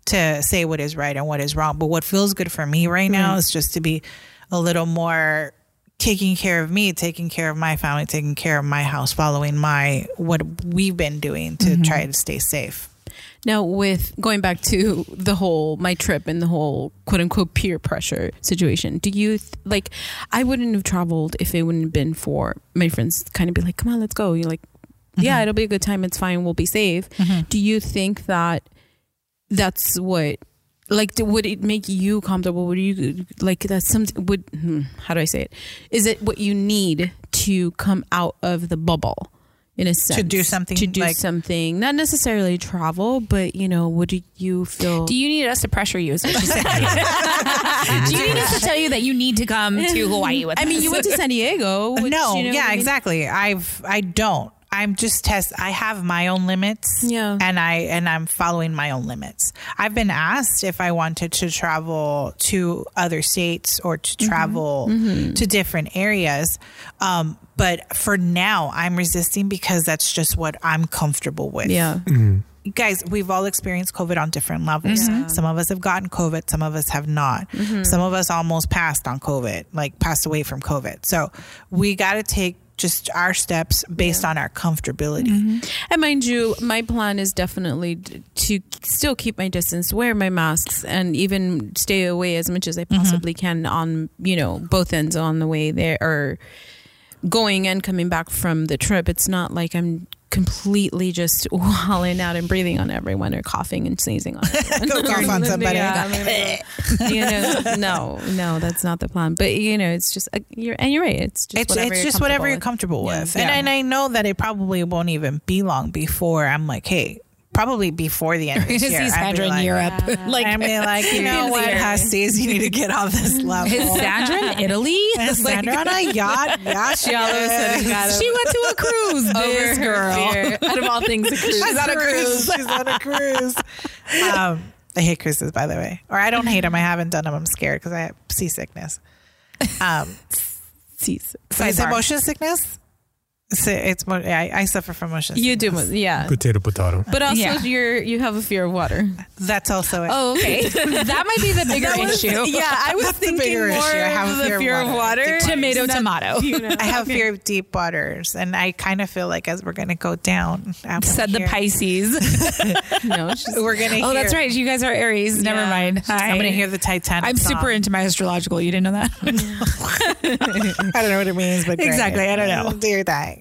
[SPEAKER 1] to say what is right and what is wrong but what feels good for me right now is just to be a little more taking care of me taking care of my family taking care of my house following my what we've been doing to try to stay safe
[SPEAKER 2] Now, with going back to the whole my trip and the whole quote unquote peer pressure situation, do you th- like? I wouldn't have traveled if it wouldn't have been for my friends. Kind of be like, come on, let's go. You're like,
[SPEAKER 1] Mm-hmm.
[SPEAKER 2] yeah, it'll be a good time. It's fine. We'll be safe. Do you think that that's what? Like, d- would it make you comfortable? Would you like that's some? Would hmm, how do I say it? Is it what you need to come out of the bubble? In a sense,
[SPEAKER 1] do something
[SPEAKER 2] to do
[SPEAKER 1] like-
[SPEAKER 2] something, not necessarily travel, but you know, would you feel?
[SPEAKER 4] Do you need us to pressure you? Is [laughs] what she's saying. Do you need us to tell you that you need to come
[SPEAKER 1] [laughs]
[SPEAKER 4] to Hawaii with
[SPEAKER 2] I mean,
[SPEAKER 4] us?
[SPEAKER 2] you went to San Diego. which,
[SPEAKER 1] no
[SPEAKER 2] you know what
[SPEAKER 1] yeah
[SPEAKER 2] I mean?
[SPEAKER 1] exactly i've i don't i'm just test i have my own limits
[SPEAKER 2] Yeah.
[SPEAKER 1] and i and i'm following my own limits i've been asked if i wanted to travel to other states or to
[SPEAKER 2] Mm-hmm.
[SPEAKER 1] travel to different areas um but for now i'm resisting because that's just what i'm comfortable with
[SPEAKER 2] Yeah,
[SPEAKER 1] you guys, we've all experienced COVID on different levels. Some of us have gotten COVID, some of us have not. Some of us almost passed on COVID, like passed away from COVID. So we got to take just our steps based on our comfortability.
[SPEAKER 2] and mind you, my plan is definitely d- to still keep my distance, wear my masks, and even stay away as much
[SPEAKER 1] Mm-hmm.
[SPEAKER 2] as I possibly can on you know both ends on the way there or going and coming back from the trip. It's not like I'm completely just [laughs] howling out and breathing on everyone or coughing and sneezing on everyone.
[SPEAKER 1] [laughs] Go cough
[SPEAKER 2] [laughs]
[SPEAKER 1] on somebody. [laughs]
[SPEAKER 2] Yeah, I'm gonna go- you know, no, no, that's not the plan. But you know, it's just uh, you're and you're right. It's just
[SPEAKER 1] It's,
[SPEAKER 2] whatever
[SPEAKER 1] it's
[SPEAKER 2] you're
[SPEAKER 1] just whatever you're
[SPEAKER 2] comfortable
[SPEAKER 1] comfortable
[SPEAKER 2] Yeah.
[SPEAKER 1] with.
[SPEAKER 2] Yeah.
[SPEAKER 1] And, and I know that it probably won't even be long before I'm like, hey, probably before the end of
[SPEAKER 4] You
[SPEAKER 1] this
[SPEAKER 4] [laughs] just
[SPEAKER 1] year.
[SPEAKER 4] see
[SPEAKER 1] I'd be
[SPEAKER 4] Sandra in
[SPEAKER 1] like, uh,
[SPEAKER 4] Europe. [laughs] like
[SPEAKER 1] I'd be like, you know what, Hussies, you need to get off this
[SPEAKER 4] is
[SPEAKER 1] level.
[SPEAKER 4] Sandra in Italy?
[SPEAKER 1] [laughs] Is
[SPEAKER 4] Like, [laughs]
[SPEAKER 1] Sandra on a yacht? Yeah, she
[SPEAKER 2] all of a sudden got
[SPEAKER 4] she went to
[SPEAKER 2] [laughs]
[SPEAKER 4] a cruise. this girl.
[SPEAKER 2] Fear. Out of all things, a
[SPEAKER 1] [laughs]
[SPEAKER 2] cruise.
[SPEAKER 1] She's on a cruise. She's on a cruise. Um, I hate cruises, by the way. Or I don't hate them. I haven't done them. I'm scared because I have seasickness. Um,
[SPEAKER 2] Seas-
[SPEAKER 1] is it
[SPEAKER 4] Sidebar.
[SPEAKER 1] motion sickness? So it's what I, I suffer from motion.
[SPEAKER 2] You
[SPEAKER 1] sickness.
[SPEAKER 2] do, yeah.
[SPEAKER 3] Potato, potato.
[SPEAKER 2] But also,
[SPEAKER 1] Yeah.
[SPEAKER 2] you're you have a fear of water.
[SPEAKER 1] That's also [laughs] it.
[SPEAKER 4] Oh, okay. that might be the bigger
[SPEAKER 2] [laughs] That was-
[SPEAKER 4] issue.
[SPEAKER 2] Yeah, I was
[SPEAKER 1] That's the
[SPEAKER 2] thinking
[SPEAKER 1] bigger
[SPEAKER 2] more
[SPEAKER 1] issue. I have a
[SPEAKER 2] of the fear, of water.
[SPEAKER 4] [laughs] Tomato,
[SPEAKER 1] [laughs]
[SPEAKER 2] Not-
[SPEAKER 4] tomato.
[SPEAKER 2] you know.
[SPEAKER 1] I have fear of deep waters, and I kind of feel like as we're gonna go down, I'm
[SPEAKER 4] Said the
[SPEAKER 1] here- [laughs]
[SPEAKER 4] Pisces.
[SPEAKER 2] No, she's-
[SPEAKER 1] We're gonna.
[SPEAKER 4] oh,
[SPEAKER 1] hear,
[SPEAKER 4] that's right. You guys are Aries. Never
[SPEAKER 2] Yeah.
[SPEAKER 4] mind. Hi.
[SPEAKER 1] I'm gonna hear the Titanic.
[SPEAKER 4] I'm super
[SPEAKER 1] song.
[SPEAKER 4] into my astrological. You didn't know that?
[SPEAKER 1] I don't know what it means, but great.
[SPEAKER 4] Exactly, I don't know.
[SPEAKER 1] Dear die.